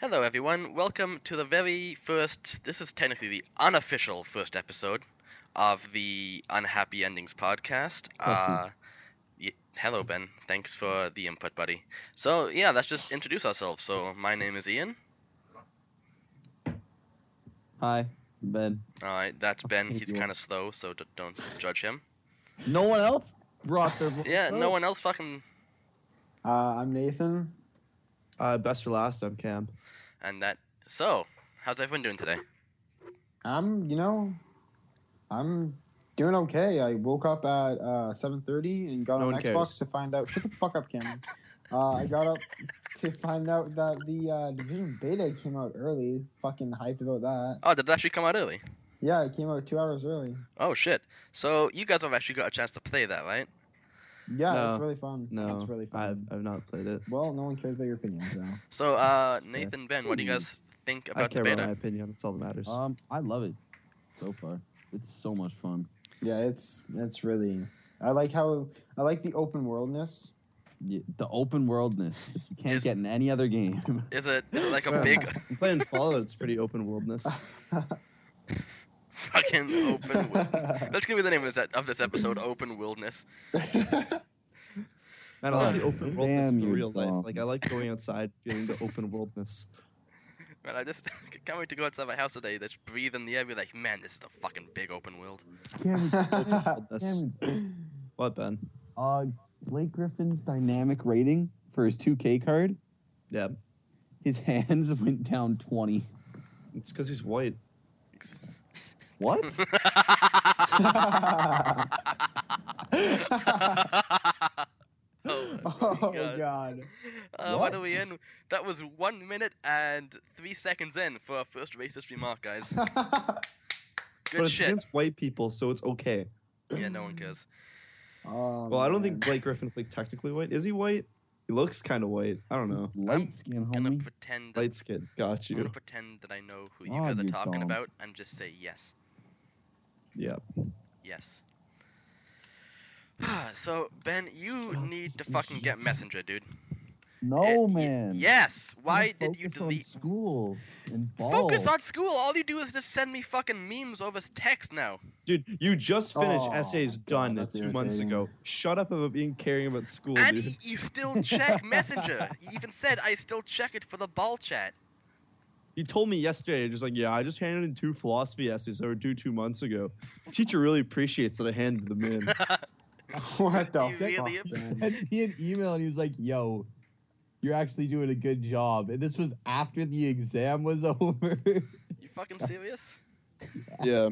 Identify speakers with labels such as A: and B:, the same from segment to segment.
A: Hello, everyone. Welcome to the very first. This is technically the unofficial first episode of the Unhappy Endings podcast. Uh, y- hello, Ben. Thanks for the input, buddy. So, yeah, let's just introduce ourselves. So, my name is Ian.
B: Hi, Ben.
A: All right, that's Ben.
B: Thank
A: He's
B: you.
A: kind of slow, so d- don't judge him.
B: No one else brought their voice.
A: Yeah, no
C: Oh.
B: up?
A: one else fucking.
D: Uh, I'm Nathan.
C: Uh, best or last, I'm Cam.
A: And that. So, how's everyone doing today?
D: I'm, you know, I'm doing okay. I woke up at uh, 7:30 and got
C: No
D: on
C: one
D: Xbox
C: cares.
D: to find out. Shut the fuck up, Cameron. Uh, I got up to find out that the uh, Division Beta came out early. Fucking hyped about that.
A: Oh, did it actually come out early?
D: Yeah, it came out two hours early.
A: Oh, shit. So, you guys have actually got a chance to play that, right?
D: Yeah,
C: No.
D: it's really fun.
C: No,
D: it's really
C: I've,
D: fun.
C: I've not played it.
D: Well, no one cares about your opinion, so
A: So, uh,
D: That's fair.
A: Nathan, Ben, what do you
B: Ooh.
A: guys think
C: I
A: about the
C: care
A: beta?
C: about my opinion. That's all that matters.
B: Um, I love it so far. It's so much fun.
D: yeah, it's it's really. I like how I like the open worldness.
B: Y- The open worldness that you can't
A: Is-
B: get in any other game.
A: Is it is it like a
C: Yeah.
A: big
C: I'm playing Fallout. It's pretty open worldness.
A: fucking open? Wi- That's gonna be the name of this, of this episode: Open Wilderness.
C: Man, I like the
B: Oh,
C: open worldness
B: damn,
C: in
B: you're
C: real
B: dumb.
C: life. Like I like going outside, feeling the open worldness.
A: Man, I just can't wait to go outside my house today. Just breathe in the air, be like, man, this is a fucking big open world.
C: Worldness. What Ben?
B: uh, Blake Griffin's dynamic rating for his 2K card,
C: Yeah,
B: his hands went down 20.
C: it's because he's white.
B: What?
A: oh,
D: oh
A: God.
D: god.
A: Uh, what
D: What?
A: are we in? That was one minute and three seconds in for our first racist remark, guys.
C: but
A: Good
C: it's
A: shit.
C: against white people, so it's okay.
A: Yeah, no one cares.
D: Oh,
C: Well, I don't
D: man.
C: think Blake Griffin's like technically white. Is he white? He looks kind of white. I don't know.
B: Light skin,
A: Gonna
B: homie.
A: pretend. That,
C: Light skin. Got
A: I'm gonna
C: you.
A: pretend that I know who you
B: Oh,
A: guys are
B: you
A: talking
B: dumb.
A: about and just say yes,
C: Yeah.
A: yes. so Ben,
B: Oh,
A: you need to fucking get Messenger, dude.
B: No,
A: It- y-
B: Oh, man.
A: Yes.
B: I wanna
A: Why did you
B: focus on
A: delete?
B: school and ball?
A: Focus on school. All you do is just send me fucking memes over text now.
C: Dude, you just finished
D: Oh,
C: essays
D: God,
C: done
D: that's
C: two months ago. Shut up about being caring about school,
A: and
C: dude.
A: you still check Messenger. You even said I still check it for the ball chat.
C: You told me yesterday, just like, yeah, I just handed in two philosophy essays that were due two months ago. Teacher really appreciates that I handed them in.
D: what the
A: You
D: fuck,
A: really
D: man?
B: sent me an email and he was like, "Yo, you're actually doing a good job." And this was after the exam was over.
A: You fucking serious?
C: yeah.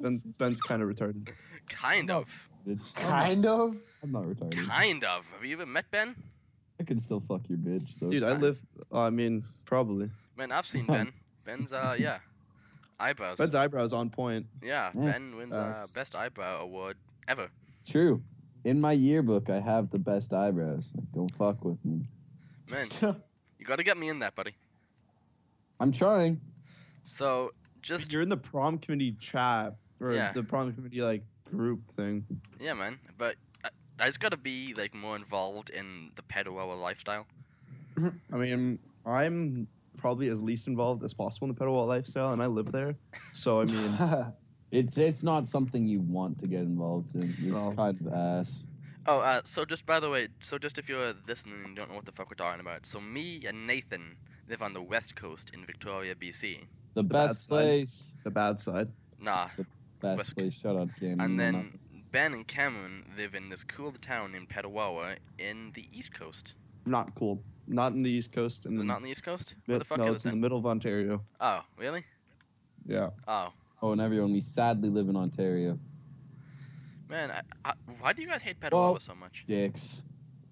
C: Ben, Ben's kind of retarded.
A: Kind
B: No.
A: of.
D: Kind of.
B: I'm not retarded.
A: Kind of. Have you even met Ben?
B: I can still fuck your bitch. So
C: Dude, I
A: fine.
C: live, I mean, probably.
A: Man, I've seen Ben. Ben's uh yeah. Eyebrows.
C: Ben's eyebrows on point.
A: yeah,
B: Yeah.
A: Ben wins uh,
C: That's-
A: best eyebrow award ever.
B: it's true. In my yearbook, I have the best eyebrows. Like, don't fuck with me.
A: Man, you gotta get me in that, buddy.
B: I'm trying.
A: So
C: I mean,
A: just
C: You're in the prom committee chat or
A: Yeah.
C: the prom committee like group thing.
A: yeah, man. But I, I just gotta be like more involved in the pedo hour lifestyle.
C: I mean, I'm probably as least involved as possible in the pedal lifestyle, and I live there. So I mean,
B: It's it's not something you want to get involved in. It's
C: No.
B: kind of ass.
A: Oh, uh, so just by the way, so just if you're listening and don't know what the fuck we're talking about, so me and Nathan live on the west coast in Victoria, BC.
B: The
C: bad
B: best
C: side.
B: place.
C: the bad side.
A: Nah,
B: Best
A: West-
B: place. Shut up, Cam.
A: ah, and
B: You know
A: then Ben and Cameron live in this cool town in Petawawa in the east coast.
C: Not cool. Not in the East Coast. And
A: Is it
C: then
A: not in the east coast? Where the fuck
C: no,
A: is it?
C: it's in the
A: then?
C: middle of Ontario.
A: Oh, really?
C: Yeah.
A: Oh,
B: Oh, and everyone, we sadly live in Ontario.
A: man, I, I, why do you guys hate Petawawa
B: Well-
A: so much?
B: Dicks.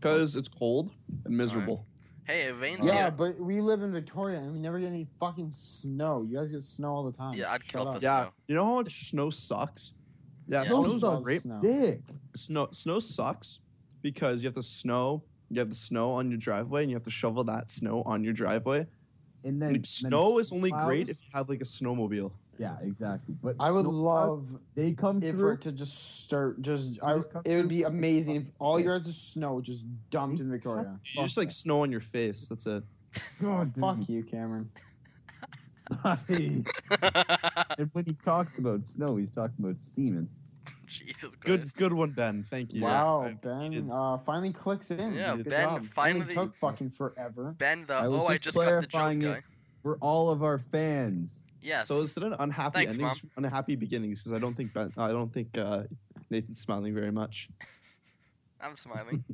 C: Because it's cold and miserable.
A: Hey, it rains
D: yeah,
A: here.
D: but we live in Victoria and we never get any fucking snow. You guys get snow all the time.
A: Yeah, I'd
D: Shut
A: kill
D: up.
A: for
C: Yeah.
A: snow.
C: You know how much snow sucks? Yeah,
A: Yeah.
D: Snow
C: snow's
D: sucks,
C: great.
D: snow.
B: Dick.
C: Snow snow sucks because you have to snow you have the snow on your driveway and you have to shovel that snow on your driveway.
B: And then
C: Like,
B: then
C: snow is only great
B: clouds?
C: if you have like a snowmobile.
B: Yeah, exactly. But
D: I would
B: snow clouds,
D: love
B: they come
D: if
B: through.
D: we're to just start. Just, I,
B: Just come
D: it would
B: through.
D: be amazing if all your guys' snow just dumped in Victoria.
C: You just like snow on your face. That's it. Oh,
B: God,
D: Fuck
B: dude.
D: you, Cameron.
B: and when he talks about snow, he's talking about semen.
A: Jesus Christ.
C: Good, good one, Ben. Thank you.
D: wow,
C: I-
D: Ben
C: needed-
D: uh, finally clicks in.
A: Yeah,
D: dude. Good
A: Ben
D: job.
A: finally-
D: took fucking forever.
A: Ben, the
B: I was
A: oh, I just
B: just
A: got the joke
B: clarifying it.
A: guy.
B: We're all of our fans.
A: Yes.
C: So instead of unhappy
A: Thanks,
C: endings, unhappy beginnings, because I don't think Ben, I don't think uh, Nathan's smiling very much.
A: I'm smiling.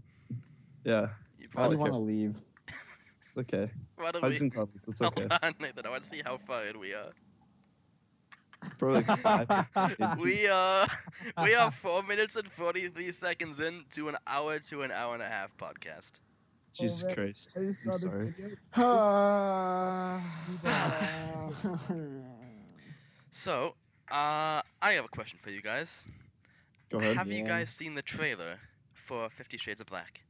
C: Yeah,
A: You
D: I
C: Oh,
A: probably
D: do
C: okay.
D: want to leave.
C: it's okay.
A: why don't
C: Hugs
A: we-
C: and cuddles. It's
A: Hold
C: okay.
A: on, Nathan. I want to see how far in we are.
C: Probably like five.
A: We are we are four minutes and forty three seconds in to an hour to an hour and a half podcast.
C: Jesus
B: Alright.
C: Christ.
B: I just
C: saw this sorry.
B: video.
A: So, uh, I have a question for you guys.
C: Go ahead.
A: Have you
D: Yeah.
A: guys seen the trailer for Fifty Shades of Black?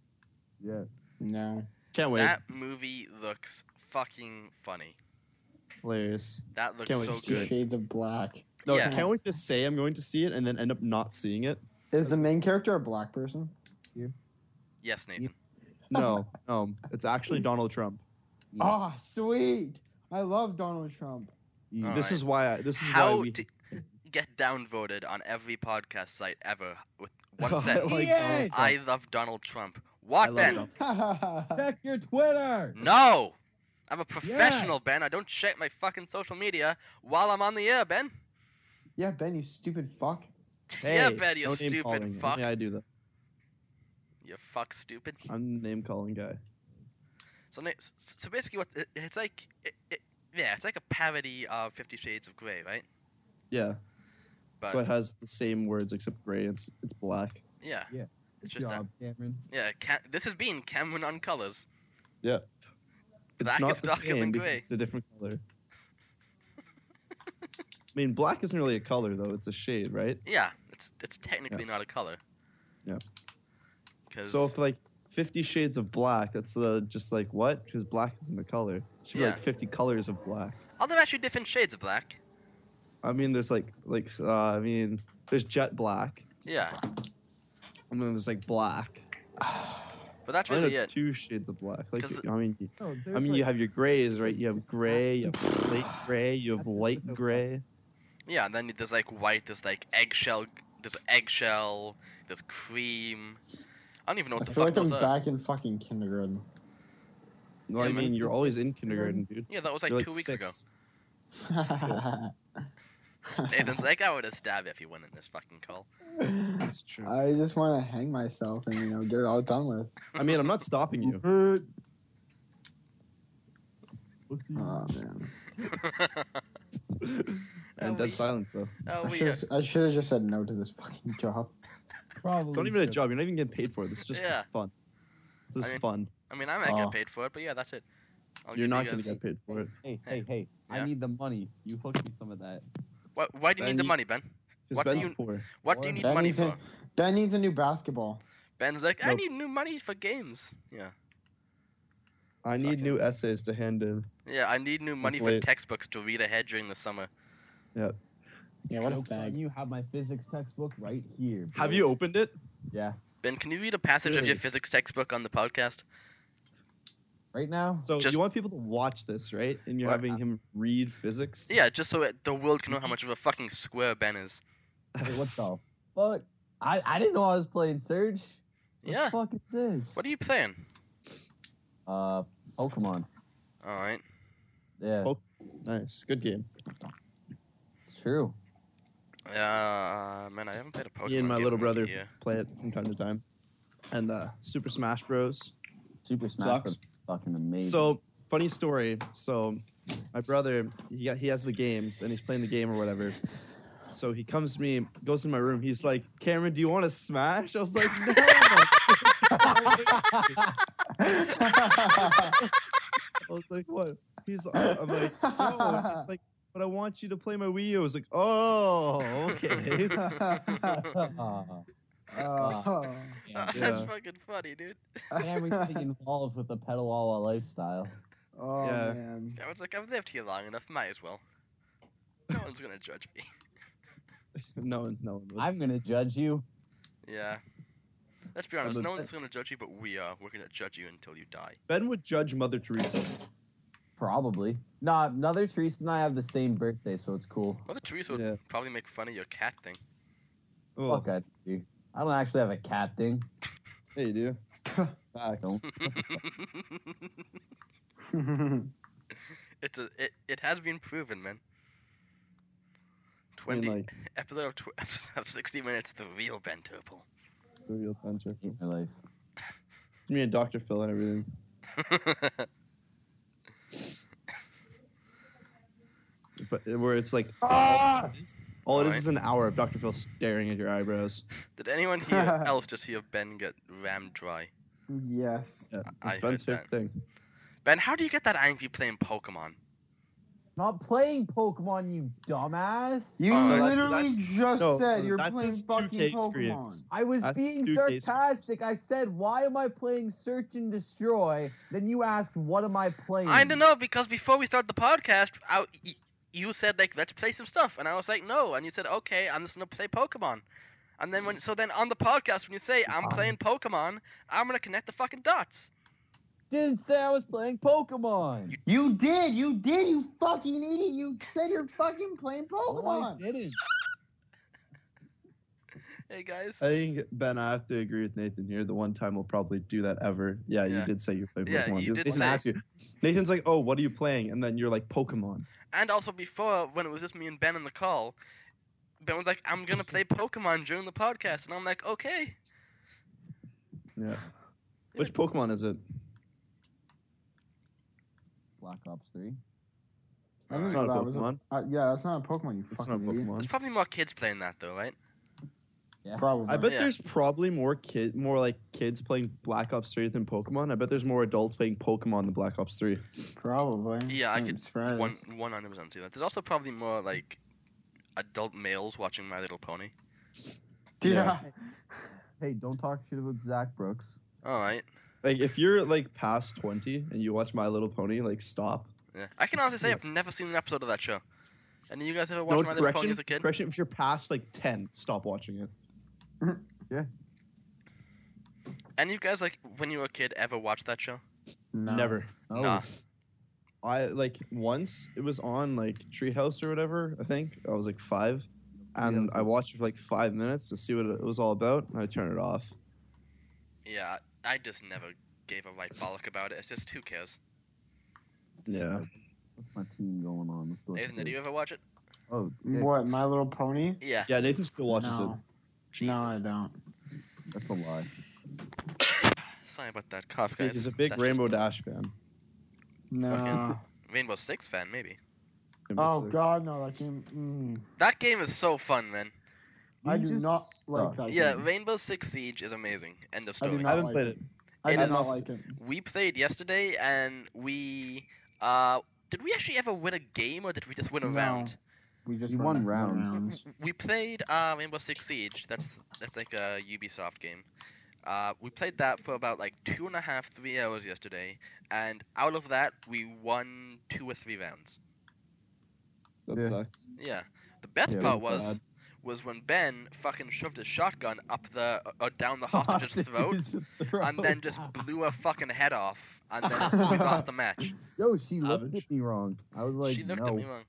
B: Yeah.
D: no.
C: Can't wait.
A: That movie looks fucking funny.
C: Hilarious.
A: That looks
C: Can't wait
A: so
C: to see
A: Oh, good.
C: it.
D: Shades of Black.
C: No,
A: Yeah.
C: can't wait to say I'm going to see it and then end up not seeing it.
D: Is the main character a black person?
A: Yes, Nathan.
C: No, no, it's actually Donald Trump.
D: Oh, sweet. I love Donald Trump.
B: You-
A: All
C: this
A: right.
C: is why. I, this is
A: How
C: why we.
A: to get downvoted on every podcast site ever with
C: I
A: one sentence?
C: Oh, like
B: Yay!
C: Donald Trump.
A: I love Donald Trump. What,
C: love
A: Ben?
C: Donald-
B: Check your Twitter.
C: Mm,
A: No! I'm a professional, Ben. I don't check my fucking social media while I'm on the air, Ben.
D: yeah, Ben, you stupid fuck.
A: yeah,
C: Hey,
A: Ben, you
C: no name
A: stupid
C: calling.
A: fuck.
C: Yeah, I do that.
A: You fuck stupid.
C: I'm the name calling guy.
A: So, na- s- so basically, what it- it's like, it, it, yeah, it's like a parody of Fifty Shades of Grey, right?
C: Yeah,
A: But
C: so it has the same words except gray. and It's it's black.
A: yeah,
B: Good
A: Just
B: job, Cameron.
A: yeah. Ca- this has been Cameron on colors.
C: It's
A: Black
C: not
A: is
C: the
A: darker than
C: same because
A: gray.
C: it's a different color. I mean, black isn't really a color though; it's a shade, right?
A: Yeah, it's it's technically not a color.
C: Yeah.
A: 'Cause-
C: So if like Fifty Shades of Black, that's uh, just like what? Because black isn't a color. It should
A: Yeah.
C: be like Fifty Colors of Black.
A: are there actually different shades of black?
C: I mean, there's like like uh, I mean, there's jet black,
A: Yeah,
C: and then there's like black.
B: Oh,
A: but that's
C: I think
A: really
C: there's
A: it.
C: two shades of black. Like
A: 'Cause it-
C: I mean,
B: No, there's
C: I mean,
B: like-
C: you have your grays, right? You have gray, you have slate gray, you have
B: That's just
C: light
B: so
C: gray.
A: Yeah, and then there's like white, there's like eggshell, there's eggshell, there's cream. I don't even know
D: I
A: what the
D: feel
A: fuck
D: like I'm
A: those are.
D: back in fucking kindergarten.
C: No, I
A: Yeah, man.
C: mean, you're always in kindergarten, dude.
A: Yeah, that was like
C: You're,
A: two weeks ago.
C: six.
A: Nathan's like, I would have stabbed if you went in this fucking call.
C: That's true.
D: I just want to hang myself and you know get it all done with.
C: I mean, I'm not stopping you.
B: Hurt. We'll see.
D: Oh man,
C: and
A: we-
C: dead silence, though.
A: oh,
D: I
A: we,
D: should I should have just said no to this fucking job.
B: Probably
C: It's not even a
B: should.
C: job. You're not even getting paid for it. This is just
A: Yeah.
C: fun. This is
A: I mean,
C: fun.
A: I mean, I'm not getting
E: Oh.
A: paid for it, but yeah, that's it. I'll
C: You're
A: give you
C: not going to
A: guys-
C: get paid for it.
E: Hey, hey, hey!
A: Yeah.
E: I need the money. You hooked me some of that.
A: Why, why do you
C: Ben,
A: need the
C: you-
A: money, Ben?
C: Because
A: What do
C: Ben's
A: you-
C: poor.
A: What do you
E: Or-
A: need
D: Ben
A: money
D: needs,
A: for?
D: a, ben needs a new basketball.
A: Ben's like, I
C: Nope.
A: need new money for games. Yeah.
C: I need new essays to hand in.
A: Yeah, I need new money for
C: late.
A: textbooks to read ahead during the summer.
D: Yeah, what a
B: Jokes on
D: fag.
B: you have my physics textbook right here. bro.
C: Have you opened it?
B: Yeah.
A: Ben, can you read a passage of your
C: Really?
A: physics textbook on the podcast?
B: Right now?
C: So
A: Just-
C: you want people to watch this, right? And you're
A: Well,
C: having him read physics?
A: Yeah, just so it, the world can know how
C: Mm-hmm.
A: much of a fucking square Ben is.
B: Wait, what the fuck? I, I didn't know I was playing Surge. What
A: Yeah.
B: the fuck is this?
A: What are you playing?
B: Uh, Pokemon.
A: All right.
B: Yeah,
C: Pokemon. Nice. Good game.
B: it's true.
A: Uh, man, I haven't played a Pokemon.
C: Me and my
A: game
C: little
A: in, like,
C: brother
A: a year.
C: play it from time to time. And uh, Super Smash Bros.
B: Super Smash
C: Sucks.
B: Bros. is fucking amazing.
C: So funny story. So my brother, he got, he has the games and he's playing the game or whatever. So he comes to me, goes in my room. He's like, Cameron, do you want to smash? I was like, no. I was like, what? He's, uh, I'm like, no. He's like, but I want you to play my Wii U. I was like, oh, okay.
B: Aw.
D: Oh.
B: Yeah.
A: That's
C: Yeah.
A: fucking funny, dude.
B: Everything involved with the Petawawa lifestyle.
D: Oh
C: Yeah.
D: man.
A: I was like, I've lived here long enough, might as well. No one's gonna judge me.
C: no, no. no.
B: I'm gonna judge you.
A: Yeah. Let's be honest,
C: but
A: no
C: Ben-
A: one's gonna judge you, but we are. We're gonna judge you until you die.
C: Ben would judge Mother Teresa.
B: Probably. Nah, another Teresa and I have the same birthday, so it's cool.
A: Well, the trees would
C: Yeah.
A: probably make fun of your cat thing.
C: Oh,
B: Fuck I do. I don't actually have a cat thing.
C: hey, you do. Facts.
B: Don't.
A: it's a it, it has been proven, man.
C: I mean,
A: Twenty
C: like,
A: episode of, tw- episode of sixty minutes, the real Ben Turple.
C: the real puncher.
B: in my life.
C: It's me and Dr. Phil and everything. But where it's like, all it is
A: Alright.
C: is an hour of Dr. Phil staring at your eyebrows.
A: Did anyone here else just hear Ben get rammed dry?
D: yes.
C: Yeah,
A: I
C: it's Ben's
A: heard
C: favorite thing.
A: Ben, how do you get that angry playing Pokemon?
B: Not playing Pokemon, you dumbass.
D: You
A: Oh, that's-
D: literally
C: that's-
D: just
C: no,
D: said you're
C: that's
D: playing
C: his
D: fucking
C: 2K
D: Pokemon.
C: screens.
B: I was
C: That's
B: being
C: two case
B: sarcastic. I said, why am I playing Search and Destroy? Then you asked, what am I playing?
A: I don't know because before we started the podcast, I, y- you said like let's play some stuff, and I was like no, and you said okay, I'm just gonna play Pokemon, and then when so then on the podcast when you say I'm playing Pokemon, I'm gonna connect the fucking dots.
B: Didn't say I was playing Pokemon.
D: You did, you did, you fucking idiot. You said you're fucking playing Pokemon.
E: didn't.
A: Hey guys,
C: I think, Ben, I have to agree with Nathan here. The one time we'll probably do that ever. Yeah,
A: Yeah.
C: you did say you're playing
A: Yeah,
C: Pokemon.
A: you
C: because
A: did
C: Nathan
A: say-
C: asked you. Nathan's like, oh, what are you playing? And then you're like, Pokemon.
A: and also before when it was just me and Ben in the call, Ben was like I'm gonna play Pokemon during the podcast, and I'm like okay,
C: Yeah. Which Pokemon is it?
B: Black Ops
D: I
B: 3.
D: didn't
C: It's
D: know
C: not a
D: that was
C: Pokemon.
D: Uh, yeah, that's not a Pokemon, you
C: It's
D: fucking
C: not a
D: idiot.
A: there's
C: Pokemon.
A: probably more kids playing that though, right?
D: Probably.
C: I bet
A: Yeah.
C: there's probably more kid, more like kids playing Black Ops 3 than Pokemon. I bet there's more adults playing Pokemon than Black Ops 3.
D: Probably.
A: Yeah, I
D: I'm
A: could-
D: surprised.
A: One one hundred percent see that. There's also probably more like adult males watching My Little Pony.
D: Dude,
C: Yeah.
D: I-
B: Hey, don't talk shit about Zach Brooks.
A: All right.
C: Like if you're like past 20 and you watch My Little Pony, like stop.
A: Yeah. I can honestly say
C: Yeah.
A: I've never seen an episode of that show. And you guys ever
C: No,
A: watched My Little Pony as a kid?
C: correction, if you're past like 10, stop watching it.
A: And you guys like when you were a kid ever watched that show?
D: no.
C: Never.
B: Oh,
A: Nah.
C: I like once it was on like Treehouse or whatever. I think I was like five, and I watched it for like five minutes to see what it was all about, and I turned it off.
A: Yeah, I just never gave a right bollock about it. It's just who cares?
C: Yeah,
B: what's my team going on? Let's go
A: Nathan, did
B: through.
A: you ever watch it?
B: Oh, yeah,
D: What, My Little Pony?
A: Yeah.
C: yeah. Nathan still watches
D: No.
A: Jesus.
D: no, I don't.
B: that's a lie.
A: Sorry about that cough,
C: it.
A: guys.
C: He's a big
A: That's
C: Rainbow Dash fan.
D: No.
A: just- Rainbow Six fan, maybe.
D: Oh,
C: Sick.
D: God, no. That game. Mm,
A: That game is so fun, man.
D: I
B: You
D: do
B: just
D: not like
B: suck.
D: that
A: Yeah,
D: game.
A: Rainbow Six Siege is amazing. End of
D: I do
A: story.
C: I
D: not
C: haven't
D: like
C: played
D: it.
C: it.
D: I
A: It
D: do
A: is-
D: not like it.
A: We played yesterday, and we uh, did we actually ever win a game, or did we just win a
D: No.
A: round?
D: We just
B: You
D: won
B: won
D: one
B: round.
D: round.
A: We played uh, Rainbow Six Siege. That's that's like a Ubisoft game. Uh, we played that for about like two and a half, three hours yesterday, and out of that, we won two or three rounds.
C: That
B: Yeah.
C: sucks.
A: Yeah. The best
B: Yeah,
A: part
B: it
A: was
B: was
A: was when Ben fucking shoved his shotgun up the or down the hostage's throat, and then just blew her fucking head off, and then we lost the match.
B: Yo, she looked
C: Savage.
B: at me wrong. I was like,
A: she looked
B: no.
A: at me wrong.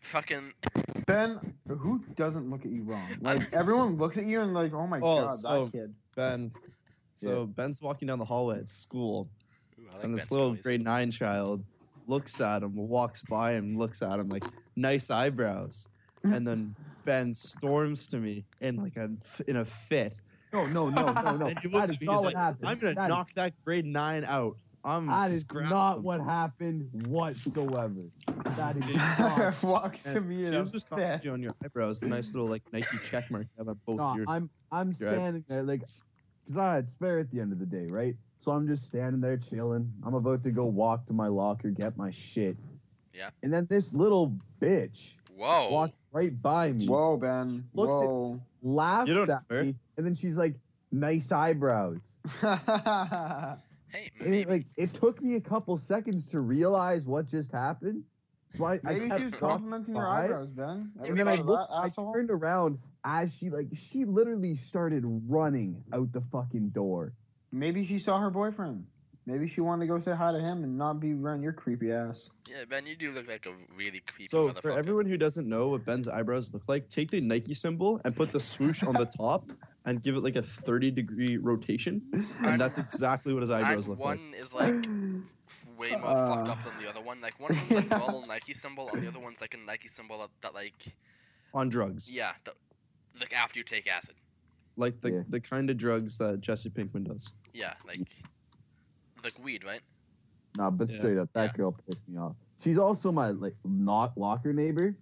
A: Fucking
D: Ben, who doesn't look at you wrong? Like, everyone looks at you and, like, oh my
C: Oh,
D: God,
C: so-
D: that kid.
C: Ben. So Ben's walking down the hallway at school,
A: Ooh, I like
C: and this
A: Ben's
C: little
A: noise.
C: grade nine child looks at him, walks by him, looks at him like nice eyebrows, and then Ben storms to me in like a in a fit.
B: No, no, no, no, no.
C: And he looks at
B: That is
C: me,
B: not
C: he's
B: what
C: like,
B: happened.
C: I'm gonna
B: That is-
C: knock that grade nine out. I'm
B: That is
C: scrapping
B: not
C: him."
B: what happened whatsoever. That is not.
D: Walks to
C: And
D: me
C: she
D: and
C: was
D: I'm
C: just
D: pissed.
C: commenting on your eyebrows, the nice little like Nike check mark you have on both
B: No,
C: your.
B: I'm I'm
C: Your eyebrows.
B: standing there like, cause I had spare at the end of the day, right? So I'm just standing there chilling. I'm about to go walk to my locker, get my shit.
A: Yeah. Oh.
B: And then this little bitch
A: Whoa.
B: walks right by me,
D: Whoa, Ben.
B: Looks at-
D: Whoa.
B: laughs
C: You don't know
B: at
C: her.
B: me, and then she's like, "Nice eyebrows."
A: Hey,
B: And it,
A: maybe.
B: like it took me a couple seconds to realize what just happened. So I, I
D: Maybe
B: kept
D: she was
B: walking
D: complimenting your
B: by.
D: eyebrows, Ben.
B: And then I
D: Everybody
B: looked,
D: that
B: I
D: asshole.
B: turned around as she like she literally started running out the fucking door.
D: Maybe she saw her boyfriend. Maybe she wanted to go say hi to him and not be around your creepy ass.
A: Yeah, Ben, you do look like a really creepy
C: So
A: motherfucker.
C: for everyone who doesn't know what Ben's eyebrows look like, take the Nike symbol and put the swoosh on the top and give it like a 30 degree rotation. And that's exactly what his eyebrows
A: and
C: look
A: one is like way more fucked
D: Uh.
A: up than the other one. Like one of them's
D: Yeah.
A: a normal Nike symbol, and the other one's like a Nike symbol that, that like
C: like on drugs.
A: yeah, the, like after you take acid.
C: Like the,
B: Yeah.
C: the kind of drugs that Jesse Pinkman does.
A: Yeah, like like weed, right?
B: Nah, but
C: Yeah.
B: straight up, that
A: Yeah.
B: girl pissed me off. She's also my like not locker neighbor,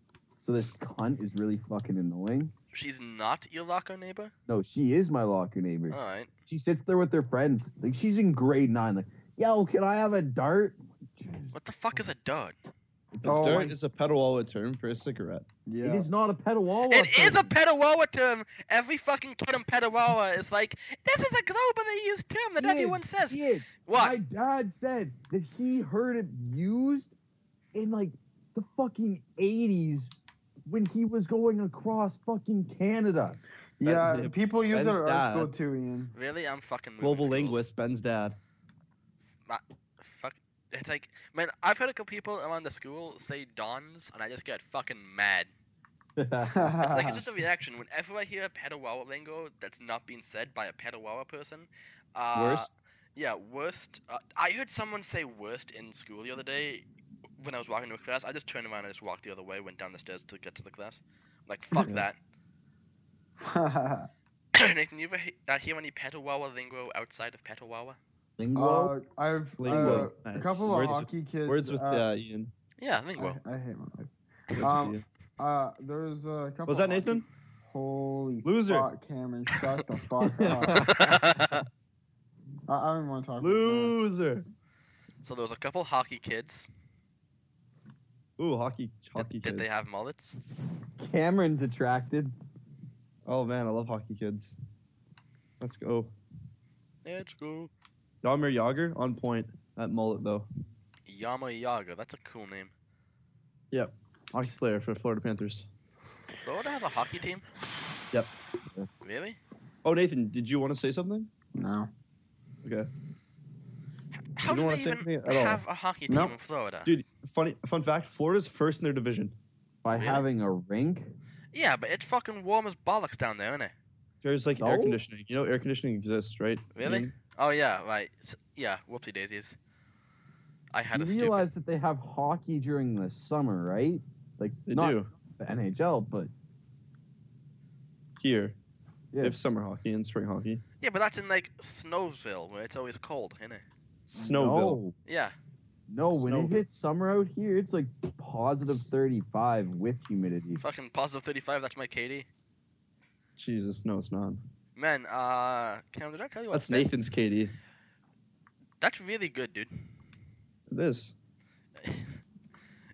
B: so this cunt is really fucking annoying.
A: She's not your locker neighbor.
B: No, she is my locker neighbor.
A: All right.
B: She sits there with her friends. Like she's in grade nine. Like, yo, can I have a dart?
A: What the fuck is a dud?
C: The
D: Oh,
C: dirt
D: I-
C: is a pedal wallet term for a cigarette.
B: It is not a pedal wall.
A: It is a Petawawa term. Every fucking kid in Petawawa is like, this is a globally used term that
B: Yeah,
A: everyone says.
B: Shit. My
A: What?
B: dad said that he heard it used in like the fucking eighties when he was going across fucking Canada.
D: Yeah,
C: Ben-
D: people use it
C: Ben's
D: at our school
C: dad.
D: too, Ian.
A: Really? I'm fucking moving
C: Global
A: schools.
C: linguist, Ben's dad.
A: Fuck. It's like, man, I've heard a couple people around the school say dons, and I just get fucking mad. It's like it's just a reaction. Whenever I hear Petawawa lingo that's not being said by a Petawawa person, uh,
C: Worst.
A: Yeah, worst. Uh, I heard someone say worst in school the other day when I was walking to a class. I just turned around and just walked the other way, went down the stairs to get to the class. Like, fuck
C: Yeah.
A: that. Nathan, you ever he- uh, hear any Petawawa lingo outside of Petawawa?
B: Lingo.
D: uh, I've uh,
C: Lingo.
D: a
C: Nice.
D: couple of
C: Words-
D: hockey kids.
C: Words with
D: uh,
C: uh, Ian.
A: Yeah,
D: I,
A: lingo.
D: I hate my life.
C: Words with
D: um,
C: Ian.
D: Uh, there's a couple.
C: Was that
D: hockey-
C: Nathan?
D: Holy
C: Loser.
D: fuck, Cameron! Shut the fuck up. I, I don't even want to talk. about
C: Loser.
A: so there was a couple hockey kids.
C: Ooh, hockey.
A: Did,
C: Hockey
A: did they
C: kids.
A: have mullets?
B: Cameron's attracted.
C: Oh man, I love hockey kids. Let's go.
A: Let's go.
C: Yammer Yager on point. That mullet though.
A: Yama Yaga. That's a cool name.
C: Hockey player for Florida Panthers.
A: Florida has a hockey team.
C: Yep.
A: Really?
C: Oh Nathan, did you want to say something?
D: that. No.
C: Okay.
A: How
C: don't
A: do
C: wanna
A: they
C: say
A: even
C: anything at all.
A: have a hockey team
D: Nope.
A: in Florida?
C: Dude, funny fun fact, Florida's first in their division.
B: By
A: Really?
B: having a rink?
A: Yeah, but it's fucking warm as bollocks down there, isn't it?
C: There's like air
B: No?
C: conditioning. You know air conditioning exists, right?
A: Really?
C: Ian?
A: Oh yeah, right. S- yeah, whoopsie daisies. I had
B: You
A: a stupid.
B: realize that they have hockey during the summer, right? Like
C: They
B: not
C: do.
B: the NHL, but
C: Here.
B: Yeah.
C: They have summer hockey and spring hockey.
A: Yeah, but that's in like Snowsville, where it's always cold, isn't it?
C: Snowville.
A: Yeah.
B: No, no when
C: Snow.
B: it hits summer out here, it's like positive 35 with humidity.
A: Fucking positive 35. That's my Katie.
C: Jesus, no, it's not.
A: Man, uh, Cam, did I tell you what?
C: That's
A: Ben-
C: Nathan's Katie.
A: That's really good, dude.
C: It is.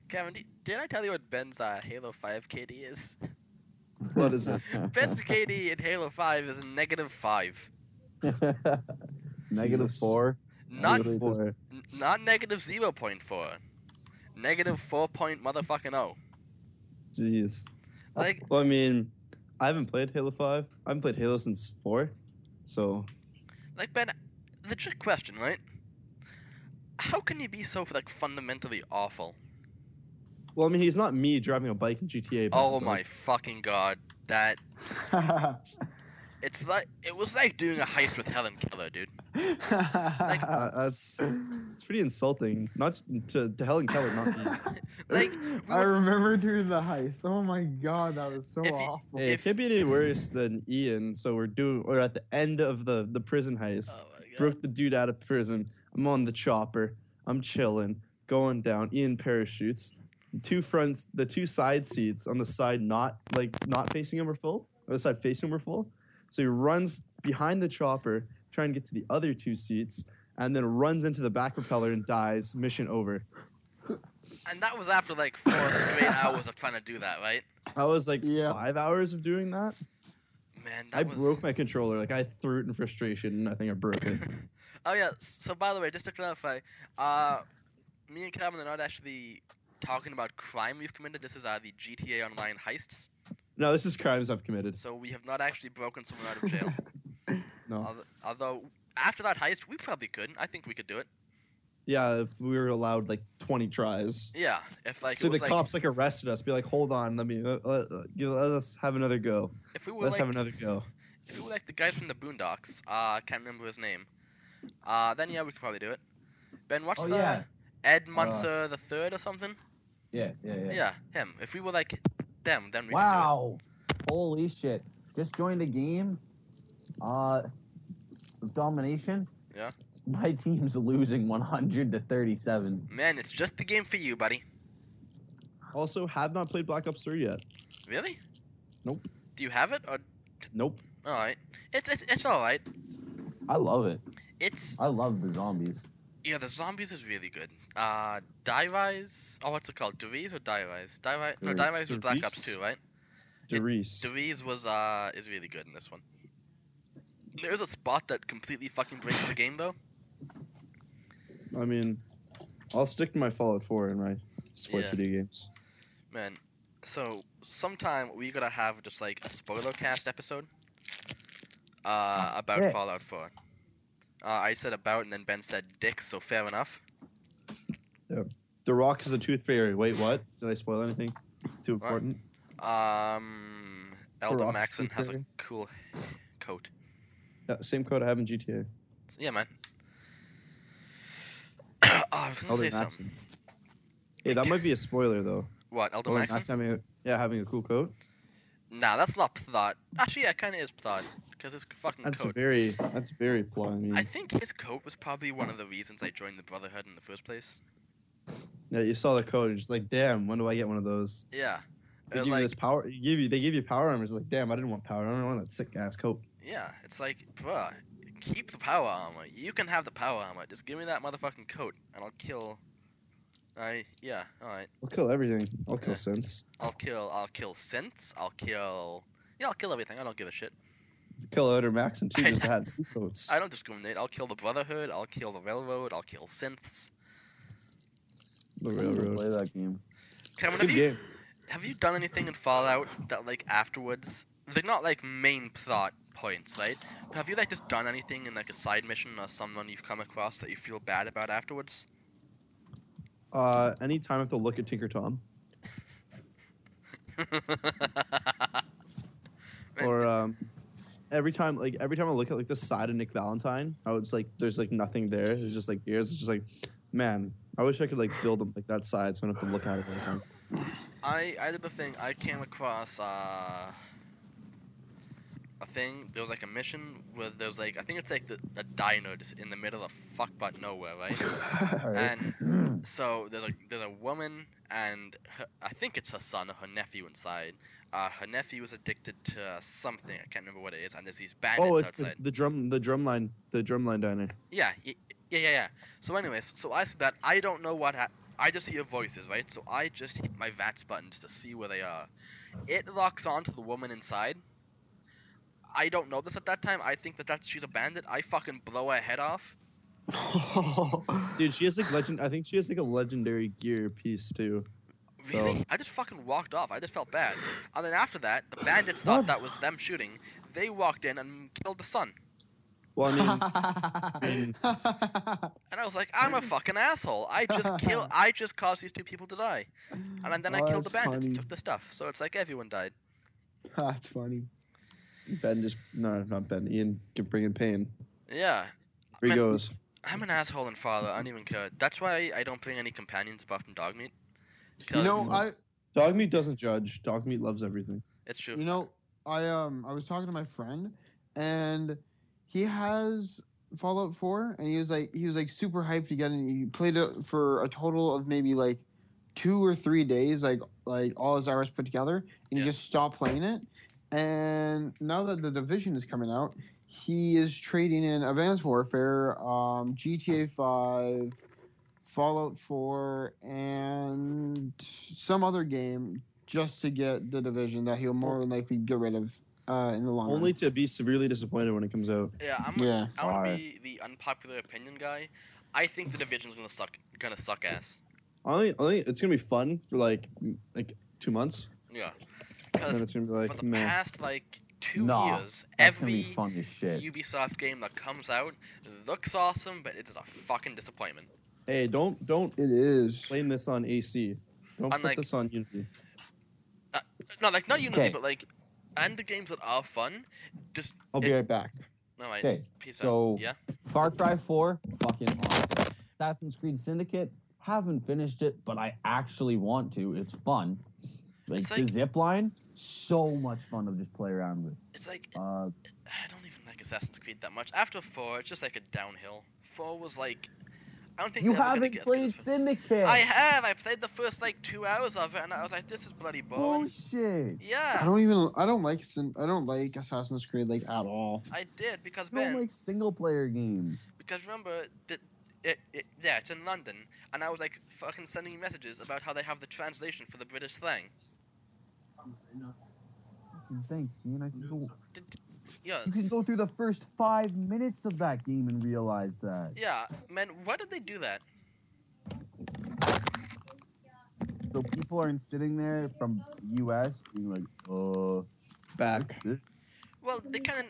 A: Kevin, d- did I tell you what Ben's uh, Halo 5 KD is?
C: What is it?
A: Ben's KD in Halo 5 is negative 5.
B: Negative
C: Jesus.
B: four.
A: Not
B: Really?
C: Four.
A: n- not negative 0.4. Negative 4 point motherfucking oh.
C: Jeez.
A: Like,
C: Well, I mean, I haven't played Halo 5. I haven't played Halo since 4. So,
A: like Ben, the trick question, right? How can you be so like fundamentally awful?
C: well, I mean, he's not me driving a bike in GTA. but-
A: Oh my fucking god, that it's like it was like doing a heist with Helen Keller, dude.
C: Uh, that's it's pretty insulting. Not to, to Helen Keller, not me.
A: Like, we
D: I
A: were-
D: remember doing the heist. Oh my god, that was so
A: If you-
D: awful.
C: Hey,
A: If-
C: it can't be any worse than Ian. So we're doing. We're at the end of the the prison heist.
A: oh my god.
C: Broke the dude out of prison. I'm on the chopper. I'm chilling, going down. Ian parachutes. The two fronts, the two side seats on the side not like not facing him are full. Or the side facing him are full. So he runs behind the chopper, trying to get to the other two seats, and then runs into the back propeller and dies. Mission over.
A: And that was after like four straight hours of trying to do that, right?
C: I was like
D: Yeah.
C: five hours of doing that.
A: Man, that
C: I
A: was...
C: broke my controller. Like I threw it in frustration, and I think I broke it.
A: oh yeah. s- So by the way, just to clarify, uh, me and Cameron are not actually talking about crime we've committed. This is uh, the GTA Online heists.
C: No, this is crimes I've committed.
A: So we have not actually broken someone out of jail.
C: No,
A: Although- Although after that heist, we probably could. I think we could do it.
C: yeah, if we were allowed like 20 tries.
A: Yeah, if like
C: So
A: it
C: the
A: was, like,
C: cops like arrested us, be like, hold on, let me let, let, you know, let us have another go.
A: if we were
C: Let's
A: like,
C: have another go.
A: if we were like the guy from the Boondocks, uh, I can't remember his name. Uh, then yeah, we could probably do it. Ben, what's
B: Oh,
A: the
B: yeah.
A: Ed
C: Uh,
A: Munzer the third or something?
B: Yeah, yeah, yeah.
A: Yeah. him. If we were like them, then we
B: Wow. Holy shit. Just joined a game. Uh of domination.
A: Yeah.
B: My team's losing 100 to 37.
A: could do it. Man, it's just the game for you, buddy.
C: Also, have not played Black Ops 3 yet.
A: Really?
C: Nope.
A: Do you have it? Or
C: Nope.
A: all right, it's it's, it's all right.
B: I love it.
A: It's
B: I love the zombies.
A: yeah, the zombies is really good. Uh, Die Rise. Oh, what's it called? Derise or Die Rise? Die Rise. No,
B: Derise.
A: Die Rise was Black
C: Derise?
A: Ops 2, right? It-
C: Derice.
A: Derise was uh is really good in this one. There's a spot that completely fucking breaks the game though.
C: I mean, I'll stick to my Fallout 4 and my sports
A: Yeah.
C: video games.
A: Man, so sometime we gotta have just like a spoiler cast episode. Uh, about
B: Dick.
A: Fallout 4. Uh, I said about, and then Ben said dick, so fair enough.
C: The Rock is a tooth fairy. Wait, what? Did I spoil anything too
A: What?
C: important?
A: Um, Elder
C: Rock's
A: Maxon has a
C: secret.
A: cool coat.
C: Yeah, same code I have in GTA.
A: Yeah, man. oh, I was gonna
C: Elder
A: say something.
C: Maxon. Hey, that might be a spoiler though.
A: What, Elder
C: Elder
A: Maxon?
C: Maxon having a, yeah, having a cool coat.
A: Nah, that's not Plot. Actually, yeah, it kinda is Plot, because his fucking
C: That's
A: coat.
C: very that's very plot. I mean,
A: I think his coat was probably one of the reasons I joined the Brotherhood in the first place.
C: yeah, you saw the code. You're just like, damn, when do I get one of those?
A: Yeah. It
C: They
A: was
C: give you
A: like-
C: this power. You give you they give you power armors. Like, damn, I didn't want power armor. I want that sick ass coat.
A: Yeah, it's like, bruh, keep the power armor. You can have the power armor. Just give me that motherfucking coat, and I'll kill. I yeah, all right.
C: I'll kill everything. I'll
A: Yeah.
C: kill synths.
A: I'll kill. I'll kill synths. I'll kill. Yeah, I'll kill everything. I don't give a shit.
C: Kill Elder Maxon too.
A: I-
C: Just to have two coats.
A: I don't discriminate. I'll kill the Brotherhood. I'll kill the Railroad. I'll kill synths.
C: The
B: I need to
C: railroad.
B: Play that game.
A: Kevin, have
C: Good
A: you
C: game.
A: have you done anything in Fallout that like afterwards? They're not like main plot points, right? But have you like just done anything in like a side mission or someone you've come across that you feel bad about afterwards?
C: Uh, anytime I have to look at Tinker Tom or um, every time like every time I look at like the side of Nick Valentine, I was like, there's like nothing there. It's just like ears. It's just like, man, I wish I could like build them like that side so I don't have to look at it all the time.
A: I I did the thing. I came across uh, a thing. There was like a mission where there was like I think it's like the, a diner just in the middle of fuck but nowhere, right? And so there's a there's a woman and her, I think it's her son or her nephew inside. Uh, her nephew was addicted to uh, something I can't remember what it is, and there's these bandits
C: Oh, it's the,
A: outside.
C: the drum, the drumline, the drumline diner.
A: Yeah, y- yeah, yeah, yeah. So, anyways, so I said that I don't know what hap I just hear voices, right? So I just hit my VATS button just to see where they are. It locks on to the woman inside. I don't know this at that time. I think that that's she's a bandit. I fucking blow her head off.
C: Dude, she has like legend. I think she has like a legendary gear piece too. So-
A: Really? I just fucking walked off. I just felt bad. And then after that, the bandits thought that was them shooting. They walked in and killed the son.
C: Well, I mean, mean-
A: And I was like, I'm a fucking asshole. I just kill. I just caused these two people to die. And then I
D: Oh,
A: killed the
D: that's
A: bandits and
D: funny.
A: took the stuff. So it's like everyone died.
D: That's funny.
C: Ben just no, not Ben. Ian can bring in pain.
A: Yeah,
C: Here he
A: Man.
C: goes.
A: I'm an asshole and father. I don't even care. That's why I don't bring any companions apart from dog meat.
D: You
A: 'Cause
D: know, I
C: Dogmeat doesn't judge. Dogmeat loves everything.
A: it's true.
D: you know, I um I was talking to my friend and he has Fallout 4 and he was like he was like super hyped to get in. He played it for a total of maybe like two or three days, like like all his hours put together, and he
A: Yeah.
D: just stopped playing it. And now that the division is coming out, he is trading in Advanced Warfare, um, GTA 5, Fallout 4, and some other game just to get the division that he'll more than likely get rid of uh, in the long
C: Only to be severely disappointed when it comes out.
A: yeah, I'm.
D: run. Yeah.
A: I want to
B: Alright.
A: be the unpopular opinion guy. I think the division's gonna suck. Gonna suck ass.
C: I only, I only it's gonna be fun for like m- like two months,
A: Yeah.
C: and then
A: Because
C: it's gonna be
A: for
C: like
A: the
C: man.
A: past like two
B: Nah,
A: years,
B: That's gonna be
A: every
B: fun as shit.
A: Ubisoft game that comes out looks awesome, but it is a fucking disappointment.
C: Hey, don't don't
D: It is.
C: blame this on AC. Don't
A: Unlike-
C: put this on Unity.
A: No, like not Unity,
E: Okay.
A: but like, and the games that are fun. Just
C: I'll
E: be right back.
A: no, I
E: Okay,
A: peace
E: so-
A: out. Yeah,
E: Far Cry 4, fucking awesome. Assassin's Creed Syndicate, haven't finished it, but I actually want to. It's fun. Like,
A: It's
E: the
A: like-
E: zip line, so much fun to just play around with.
A: it's like
E: Uh,
A: I don't even like Assassin's Creed that much. After four, it's just like a downhill. Four was like, I don't think
B: You
A: they're ever gonna
B: haven't
A: get as good as
B: played
A: four.
B: Syndicate.
A: I have. I played the first like two hours of it, and I was like, this is bloody boring.
D: I
B: Bullshit.
A: yeah,
D: don't even. I don't like. Sin- I don't like Assassin's Creed like at all.
A: I did because
B: I
A: Ben,
B: don't like single player games.
A: because remember that. It, it, yeah, it's in London, and I was like fucking sending you messages about how they have the translation for the British thing.
B: Fucking Thanks, Ian. I can go,
A: Yeah,
B: you can go through the first five minutes of that game and realize that.
A: yeah, man, why did they do that?
B: So people aren't sitting there from U.S. being like, uh,
C: Back.
A: Well, they can.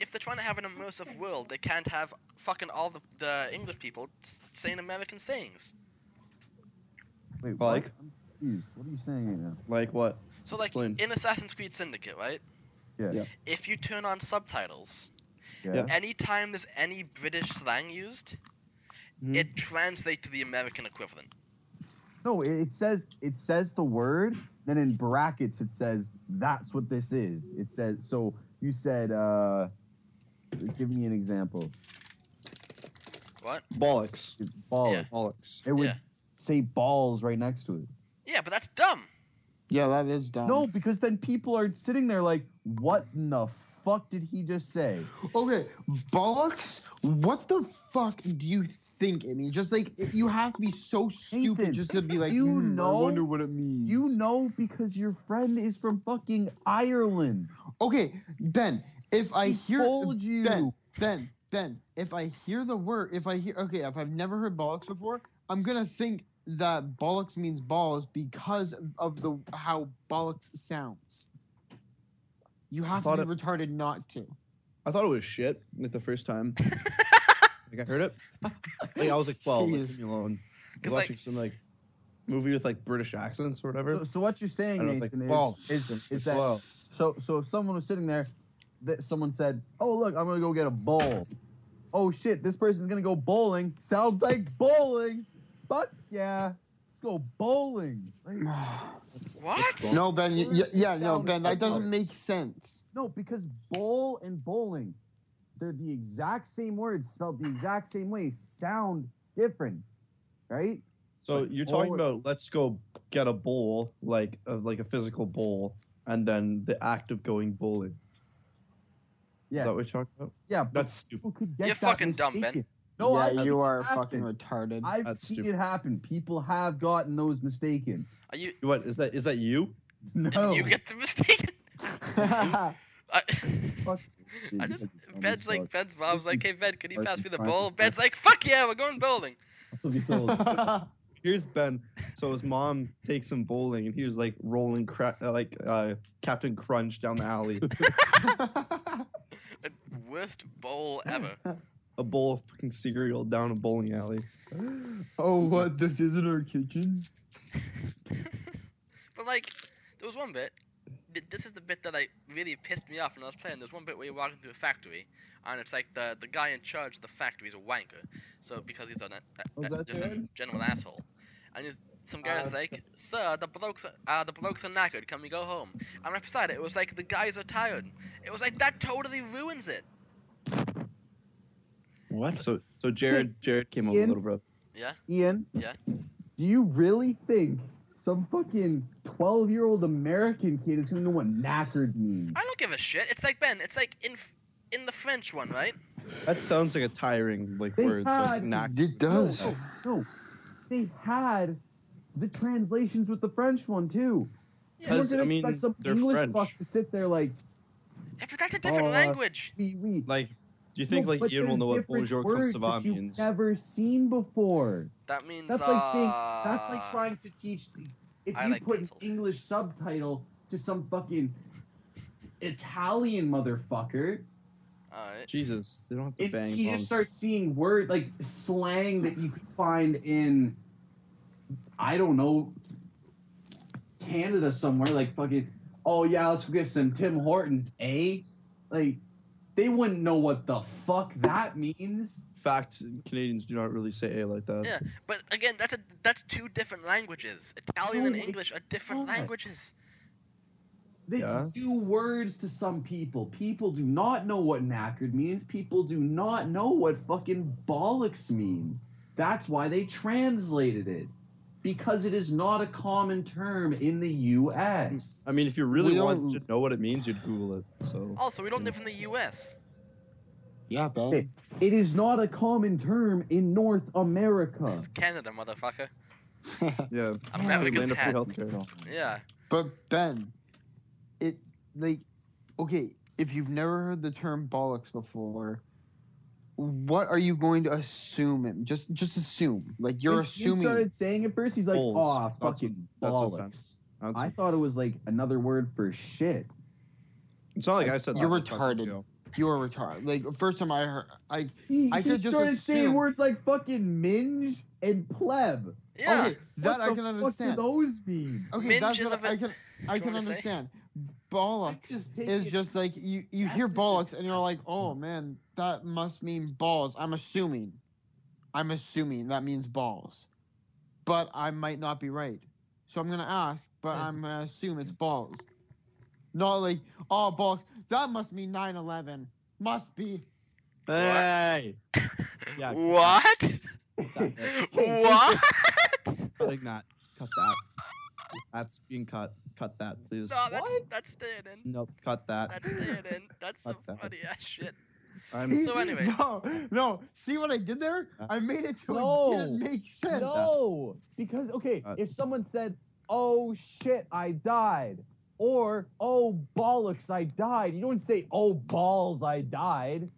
A: If they're trying to have an immersive world, they can't have fucking all the, the English people s- saying American sayings.
B: wait, what?
C: Like?
B: I'm confused. What are you saying right now?
C: Like what?
A: So, like
C: Explain.
A: in Assassin's Creed Syndicate, right?
B: Yeah.
C: Yeah.
A: If you turn on subtitles,
B: Yeah.
A: anytime there's any British slang used,
C: Mhm.
A: it translates to the American equivalent.
B: No, it, it says it says the word. Then in brackets it says that's what this is. It says so. You said, uh, give me an example.
A: What?
C: Bollocks.
B: Ball.
A: Yeah.
C: Bollocks.
B: It would
A: Yeah.
B: say balls right next to it.
A: Yeah, but that's dumb.
D: Yeah, that is dumb.
B: No, because then people are sitting there like, what in the fuck did he just say?
D: Okay, bollocks. What the fuck do you think it means? Just like it- you have to be so stupid
B: Nathan,
D: just to be like.
B: you
D: "Hmm,
B: know-
D: I wonder what it means.
B: You know because your friend is from fucking Ireland.
D: Okay, Ben. If I
B: I
D: hear
B: told you.
D: Ben, Ben, Ben, if I hear the word, if I hear, okay, if I've never heard bollocks before, I'm gonna think that bollocks means balls because of the how bollocks sounds. You have to
C: Thought
D: be
C: it-
D: retarded not to.
C: I thought it was shit like the first time. like I heard it. Like I was like, well, like,
D: Jeez.
C: leave me alone. I
A: 'Cause,
C: was
A: like-
C: watching some like movie with like British accents or whatever.
B: So, so what you're saying,
C: and I was
B: Nathan,
C: like,
B: is,
C: balls.
B: is,
C: and
B: is that
C: balls.
B: so? So if someone was sitting there, that someone said, "Oh look, I'm gonna go get a bowl." Oh shit, this person's gonna go bowling. Sounds like bowling. Fuck yeah, let's go bowling. Like,
A: What?
D: no, Ben. You, you- yeah, no,
B: Sounds
D: Ben. That
B: like
D: doesn't make sense.
B: No, because bowl and bowling, they're the exact same words spelled the exact same way, sound different, right?
C: So
B: Like,
C: you're talking
B: all-
C: about let's go get a bowl, like a, like a physical bowl, and then the act of going bowling.
B: Yeah.
C: Is that what you're talking about?
B: Yeah, but
C: That's stupid.
B: people could get
A: You're
B: that
A: fucking dumb, Ben.
B: mistaken. No,
D: yeah,
B: I've
D: you
B: seen it
D: are
B: happen.
D: fucking retarded.
B: I've
C: That's
B: seen
C: stupid.
B: it happen. People have gotten those mistaken.
A: Are you?
C: What is that? Is that you?
A: Did
B: No,
A: you get the mistake? I, I just Ben's like Ben's mom's like, hey Ben, can you pass me the ball? Ben's like, fuck yeah, we're going bowling.
C: Here's Ben. So his mom takes him bowling, and he was like rolling cra- uh, like uh, Captain Crunch down the alley.
A: The worst bowl ever.
C: a bowl of fucking cereal down a bowling alley.
D: oh, what? This isn't our kitchen.
A: But like, there was one bit. th- This is the bit that like really pissed me off when I was playing. There's one bit where you're walking through a factory, and it's like the the guy in charge of the factory is a wanker. So because he's an, a,
C: Was
A: a-
C: that
A: just a
C: Jared?
A: general asshole, and he's, some
B: Ah,
A: guy's
C: Uh,
A: like, "Sir, the blokes are, uh, the blokes are knackered. Can we go home?" And right beside it, it was like, "The guys are tired." It was like that totally ruins it.
C: What? So so Jared Jared came over,
B: Ian?
C: little bro.
B: Ian.
A: Yeah.
B: Do you really think some fucking twelve-year-old American kid is gonna know what knackered means?
A: I don't give a shit. It's like Ben. It's like in f- in the French one, right?
C: That sounds like a tiring like
B: They
C: word. So
B: had-
C: knack-
D: It does.
B: No, no, no. They had the translations with the French one too.
A: Yeah.
B: You weren't
C: 'Cause, I
B: gonna
C: mean,
B: expect some
C: they're
B: English
C: French.
B: fuck to sit there like
A: Yeah, but that's a different
B: Oh, uh,
A: language.
B: we we.
C: Like, do you think like Ian will know what bonjour comme ça va means?
B: You've never seen before.
A: That means
B: That's like saying
A: uh,
B: that's like trying to teach. If
A: I
B: you
A: like
B: put
A: pretzels.
B: an English subtitle to some fucking Italian motherfucker,
A: All right.
C: Jesus, they don't have to
F: It's,
C: bang.
F: he
C: bombs.
F: just starts seeing word like slang that you could find in, I don't know, Canada somewhere. Like fucking, oh yeah, let's go get some Tim Hortons, eh? Like, they wouldn't know what the fuck that means.
C: Fact: Canadians do not really say a like that.
A: Yeah. But again, that's a that's two different languages. Italian and
F: No, it-
A: English are different
F: not.
A: languages.
F: It's
C: Yeah.
F: new words to some people. People do not know what knackered means. People do not know what fucking bollocks means. That's why they translated it. Because it is not a common term in the US.
C: I mean, if you really
D: We
C: want to
D: don't-
C: know what it means, you'd Google it. So
A: Also, we don't live in the U.S.
D: Yeah, Ben.
F: It- it is not a common term in North America.
A: This is Canada, motherfucker.
C: yeah,
A: America's
C: land up for
A: hat.
C: healthcare.
A: Yeah.
D: But Ben, it like okay, if you've never heard the term bollocks before, what are you going to assume it? Just just assume. Like you're
B: When
D: assuming
B: He started saying it first. He's like,
C: Balls.
B: "Aw,
C: That's what-
B: fucking
C: that's what
B: bollocks."
C: that- That's-
B: I thought it was like another word for shit.
C: It's not like I said.
D: You're
C: that, but fuck it,
D: retarded.
C: yo.
D: you're retarded. Like first time I heard I
B: He,
D: I
B: he
D: could just
B: started saying
D: assume-
B: words like fucking minge and pleb.
A: Yeah.
D: okay, that
B: what
D: I
B: the
D: can
B: fuck
D: understand.
B: do those mean?
D: Okay,
A: Minge
D: that's
A: is
D: what
A: a-
D: I can I
A: you
D: can
A: wanna say?
D: understand.
F: Let's
D: Bollocks
F: just take
D: is
F: it-
D: just like you you hear
F: That's-
D: bollocks and you're like, oh man, that must mean balls. I'm assuming, I'm assuming that means balls, but I might not be right. So I'm gonna ask, but I'm gonna assume it's balls. Not like oh balls. That must mean 9/11. Must be.
C: Hey, Yeah.
A: What? what?
C: cutting that. Cut that. That's being cut. Cut that, please.
A: No, that's that's staying in.
C: Nope. Cut that.
A: That's staying in. That's some
C: What the-
A: funny ass shit.
C: I'm-
A: So anyway.
D: no, no. See what I did there?
C: Uh,
D: I made it to
B: No.
D: it didn't make sense.
B: No, because okay,
C: Uh,
B: if someone said, "Oh shit, I died," or "Oh bollocks, I died," you don't say, "Oh balls, I died."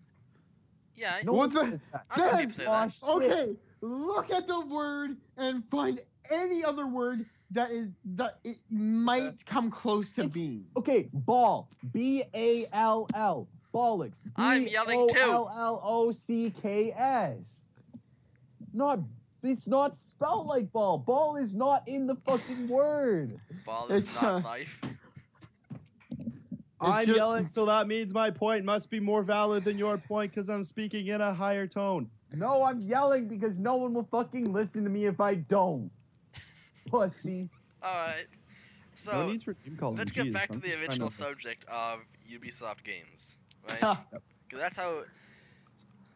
A: Yeah. I-
B: No
D: What
B: one
D: the-
B: says that.
A: I've heard
D: Ben,
A: people say
B: Aw,
A: that.
B: shit.
D: Okay, look at the word and find any other word that is that it might come close to
B: It's-
D: being.
B: Okay, ball. B A L L. Bollocks.
A: I'm yelling too.
B: B O L L O C K S. Not. It's not spelled like ball. Ball is not in the fucking word.
A: Ball is
D: It's,
A: not
D: uh,
A: life.
C: I'm
D: just-
C: yelling, so that means my point must be more valid than your point because I'm speaking in a higher tone.
B: No, I'm yelling because no one will fucking listen to me if I don't. Pussy.
A: All right. So.
C: no need for name calling.
A: Let's get
C: jeez,
A: back
C: I'm
A: to the
C: just trying
A: original subject of Ubisoft games, right?
D: Ha,
A: 'Cause that's how.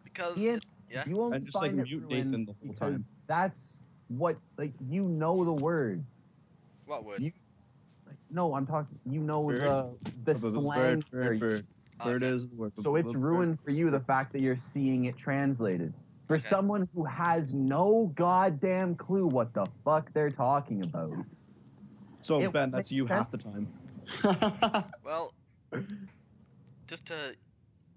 A: Because
B: Ian,
A: yeah.
B: you won't
C: And just, like,
B: find it
C: mute
B: ruined
C: Nathan the whole
B: because
C: time.
B: That's what like you know the word.
A: what would?
B: you- Like, no, I'm talking. You know
C: Bird.
B: the the
C: Bird,
B: slang.
C: bird, bird,
B: for-
C: bird. Bird
A: Okay.
C: is the word.
B: So it's
C: Bird.
B: ruined for you the fact that you're seeing it translated. For
A: Okay.
B: someone who has no goddamn clue what the fuck they're talking about.
C: So
B: It
C: Ben, that's
B: makes
C: you
B: sense.
C: half the time.
A: Well, just to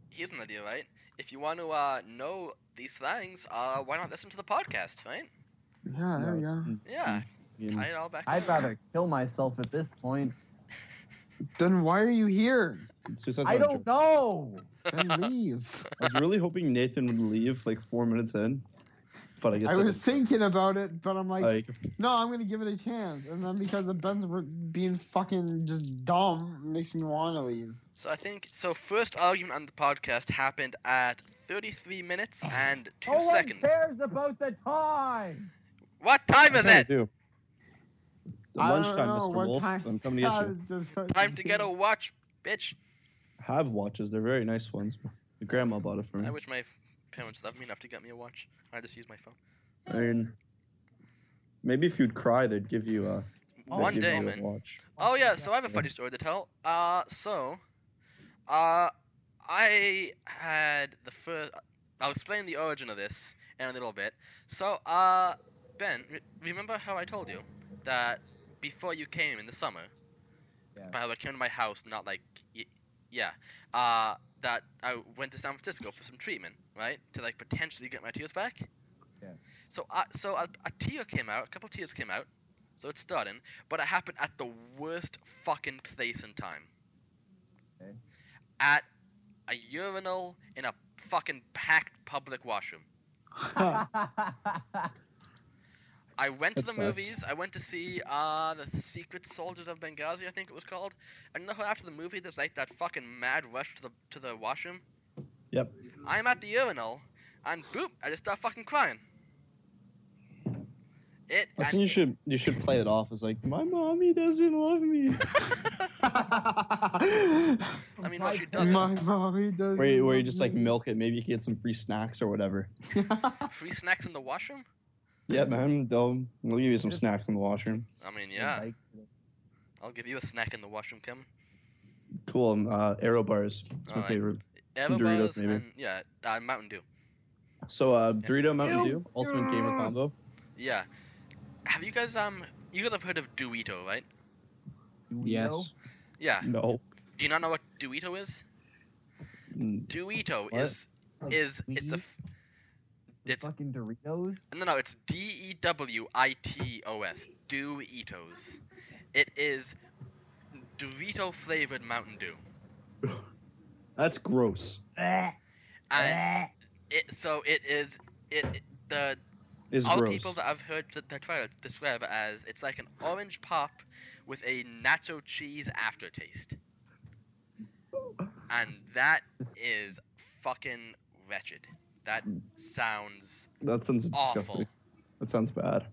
A: here's an idea, right? If you want to uh, know these things, uh, why not listen to the podcast, right?
B: Oh,
D: yeah, there you
C: Mm,
D: are.
A: Yeah,
C: I mean,
A: tie it all back.
B: I'd
A: together.
B: rather kill myself at this point.
D: Then why are you here?
C: it's just- that's
B: I
C: not a
B: don't
C: joke.
B: know.
D: Then leave.
C: I was really hoping Nathan would leave like four minutes in, but I guess
D: I
C: that
D: was
C: didn't-
D: thinking about it, but I'm like,
C: like
D: no, I'm gonna give it a chance. And then because the Ben's were being fucking just dumb, it makes me want to leave.
A: So I think so. First argument on the podcast happened at 33 minutes
B: Oh.
A: and two
B: no
A: seconds.
B: one cares about the time.
A: What time is
C: What
A: it?
C: do I do?
D: I don't
C: Lunchtime,
D: know
C: Mr.
D: what
C: Wolf.
D: time-
C: I'm coming to get
D: I
B: Uh,
C: you.
D: was just-
A: Time to get a watch, bitch.
C: Have watches. They're very nice ones. My grandma bought it for me.
A: I wish my parents loved me enough to get me a watch. I just use my phone.
C: I mean, maybe if you'd cry, they'd give you a.
B: Oh,
C: they'd
A: One
C: give
A: day,
C: you a
A: man.
C: watch.
A: Oh yeah, so I have a funny story to tell. Uh, so, uh, I had the first. I'll explain the origin of this in a little bit. So, uh, Ben, re- remember how I told you that before you came in the summer,
B: Yeah.
A: by the way, came to my house, not like, y- yeah, uh, that I went to San Francisco for some treatment, right, to like potentially get my tears back.
B: Yeah.
A: So, uh, so a, a tear came out, a couple tears came out, so it's starting but it happened at the worst fucking place in time.
B: Okay.
A: At a urinal, in a fucking packed public washroom. I went to
G: That
A: the
G: sucks.
A: movies. I went to see uh, the Secret Soldiers of Benghazi, I think it was called. And you know how after the movie, there's like that fucking mad rush to the to the washroom.
C: Yep.
A: I'm at the urinal, and boop! I just start fucking crying. It.
C: I
A: and-
C: think you should you should play it off as like my mommy doesn't love me.
A: I mean, well, she doesn't.
D: My mommy does.
C: Where you, where you just like milk it. Maybe you can get some free snacks or whatever.
A: Free snacks in the washroom?
C: Yeah, man. They'll they'll give you some snacks in the washroom.
A: I mean, yeah. I'll give you a snack in the washroom, Kim.
C: Cool. and, Uh, Aero bars. It's my
A: Alright.
C: favorite.
A: Doritos
C: Some Doritos, maybe.
A: and yeah, uh, Mountain Dew.
C: So uh, Dorito Mountain Dew Ultimate Gamer combo.
A: Yeah. Have you guys um? You guys have heard of Duito, right?
F: yes.
A: Yeah.
C: No.
A: Do you not know what Duito is?
C: Mm,
A: Duito
C: What?
A: is is it's a
E: weed?
A: f- it's
E: fucking Doritos.
A: no no it's D E W I T O S Duitos. It is Dorito flavored Mountain Dew.
C: That's gross.
A: And
C: Eh.
A: it so it is it the
C: Is
A: all the
C: gross.
A: people that I've heard that, that try to describe it as it's like an orange pop with a nacho cheese aftertaste. And that is fucking wretched. That sounds
C: that sounds
A: awful.
C: disgusting. That sounds bad.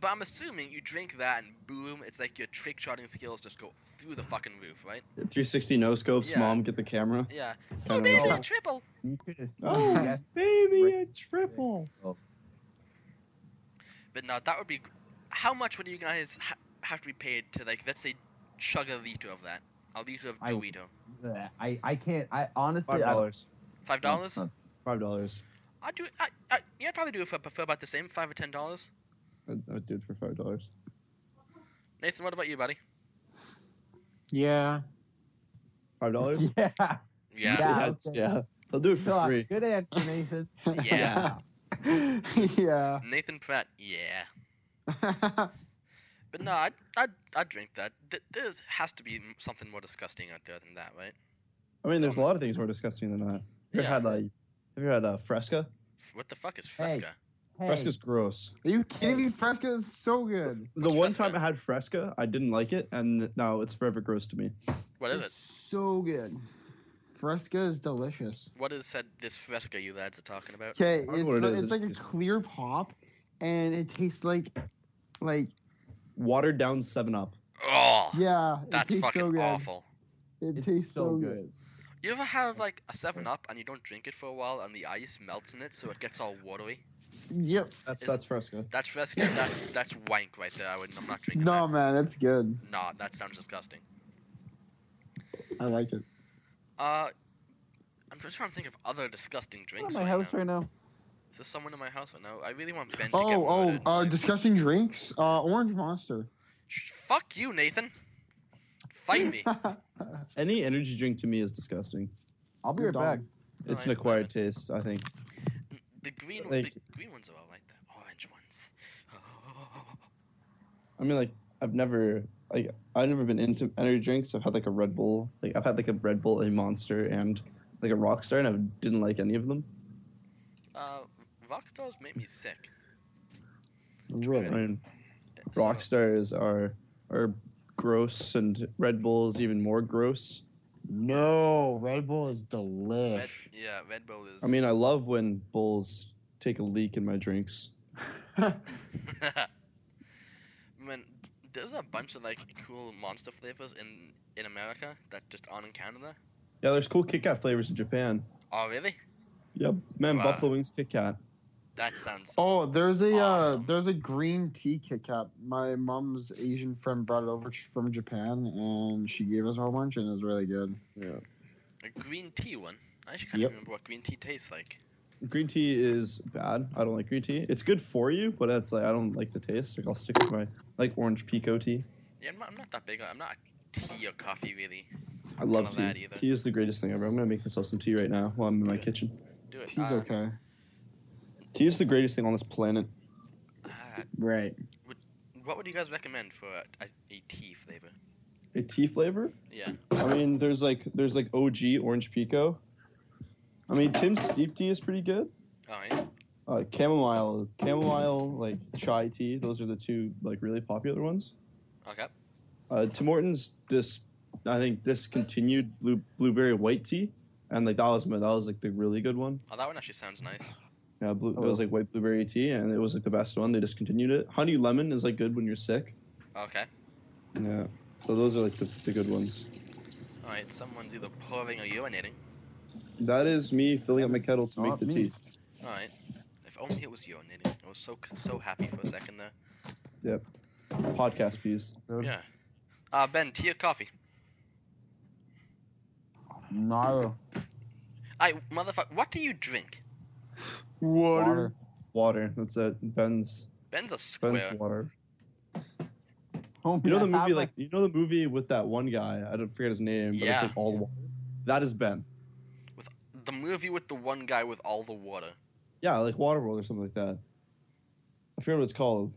A: But I'm assuming you drink that and boom, it's like your trick shotting skills just go through the fucking roof, right?
C: 360 no scopes.
A: Yeah.
C: Mom, get the camera.
A: Yeah.
C: Kinda
A: Oh, baby,
C: like-
A: a triple.
E: You could have said
C: Oh,
E: yes.
C: baby, a triple.
A: But now that would be. How much would you guys ha- have to be paid to like, let's say, chug a liter of that, a liter of
E: I-
A: Dorito?
E: that. I I can't. I honestly.
C: Five
E: I-
C: dollars.
A: Five dollars?
E: Huh.
C: Five dollars.
A: I'd do. I, I, yeah, I'd probably do it for, for about the same, five or ten dollars.
C: I'd, I'd do it for five dollars.
A: Nathan, what about you, buddy?
D: Yeah.
C: Five dollars.
E: Yeah.
A: Yeah.
E: Yeah,
C: That's- yeah. They'll do it for
E: Doc,
C: free.
E: Good answer, Nathan.
A: Yeah.
D: yeah.
A: Nathan Pratt. Yeah. But no, I'd, I'd, I'd drink that. Th- there has to be something more disgusting out there than that, right?
C: I mean, there's a lot of things more disgusting than that. Have you ever
A: Yeah.
C: had like, have you had uh, Fresca?
A: What the fuck is Fresca?
E: Hey,
C: Fresca's gross.
D: Are you kidding me? Fresca is so good.
C: The
A: What's
C: one
A: Fresca?
C: time I had Fresca, I didn't like it, and now it's forever gross to me.
A: What is it?
D: It's So good. Fresca is delicious.
A: What is said this fresca you lads are talking about?
C: I
D: Okay, it's,
C: don't know what it
D: like-
C: is,
D: it's
C: it's
D: like a
C: just-
D: clear pop, and it tastes like, like
C: Watered down Seven Up.
A: Oh,
D: yeah, it
A: that's
D: tastes
A: fucking
D: so good.
A: awful.
D: It
E: It's
D: tastes so,
E: so
D: good.
A: You ever have like a Seven Up and you don't drink it for a while and the ice melts in it so it gets all watery?
D: Yep.
C: That's
A: Is-
C: that's Fresca.
A: That's fresca. That's that's wank right there. I would. I'm not drinking
D: No man, it's good.
A: that. Nah, that sounds disgusting.
D: I like it.
A: Uh, I'm just trying to think of other disgusting
E: At
A: drinks
E: my
A: right
E: house
A: now.
E: right now.
A: Is there someone in my house right now? I really want Ben to get
D: Oh,
A: murdered.
D: oh, uh, discussing drinks. Uh, orange monster.
A: Sh- Fuck you, Nathan. Fight me.
C: Any energy drink to me is disgusting.
E: I'll be
D: You're
E: right back.
D: dumb.
C: It's an
A: Alright,
C: acquired taste, I think.
A: The green, the
C: Thank
A: green ones are all right. The orange ones.
C: I mean, like I've never like I've never been into energy drinks. I've had like a Red Bull, like I've had like a Red Bull, a Monster, and like a Rockstar, and I didn't like any of them.
A: Uh, Rockstars make me sick.
C: Really? I mean, Rockstars are are gross, and Red Bull is even more gross.
G: No, Red Bull is
A: So,
G: delish.
A: Red, yeah, Red Bull is.
C: I mean, I love when bulls take a leak in my drinks.
A: Man, there's a bunch of like cool monster flavors in in America that just aren't in Canada.
C: Yeah, there's cool Kit Kat flavors in Japan.
A: Oh, really?
C: Yep, man,
A: Wow.
C: Buffalo Wings Kit Kat.
A: That sounds.
D: Oh, there's a
A: Awesome.
D: uh, there's a green tea Kit Kat. My mom's Asian friend brought it over from Japan, and she gave us a whole bunch, and it was really good.
A: A green tea one. I actually can't
D: Yep.
A: remember what green tea tastes like.
C: Green tea is bad. I don't like green tea. It's good for you, but it's like I don't like the taste. Like I'll stick with my like orange pico tea.
A: Yeah, I'm not, I'm not that big. on- I'm not a tea or coffee really.
C: I love
A: None of that
C: tea.
A: either.
C: Tea is the greatest thing ever. I'm gonna make myself some tea right now while I'm in my
A: Good.
C: kitchen.
A: Do it.
D: Tea's
A: uh,
D: okay.
C: Tea is the greatest thing on this planet.
A: uh,
G: Right.
A: what would you guys recommend for a, a, a tea flavor?
C: A tea flavor?
A: Yeah.
C: I mean, there's like there's like OG orange pico, I mean, Tim's steep tea is pretty good.
A: All right.
C: Uh, chamomile, chamomile, like chai tea. Those are the two like really popular ones.
A: Okay.
C: Uh, Tim Hortons just, I think, discontinued blue, blueberry white tea, and like that was my, that was like the really good one.
A: Oh, that one actually sounds nice.
C: Yeah, blue, it was like white blueberry tea, and it was like the best one. They discontinued it. Honey lemon is like good when you're sick.
A: Okay.
C: Yeah. So those are like the, the good ones.
A: All right. Someone's either pouring or urinating.
C: That is me filling up my kettle to make
B: Not
C: the
B: me.
C: tea.
A: All right. If only it was urinating. I was so so happy for a second there.
C: Podcast piece.
A: Yeah. Uh, Ben, tea or coffee?
B: Nara.
A: I motherfucker. What do you drink?
B: Water.
C: Water. That's it. Ben's
A: Ben's a
C: Ben's
A: square.
C: water.
B: Homie,
C: You know the
B: I have
C: movie
B: a-
C: like you know the movie with that one guy. I don't forget his name, but
A: Yeah.
C: it's like all water. That is Ben.
A: The movie with the one guy with all the water.
C: Yeah, like Waterworld or something like that. I forget what it's called.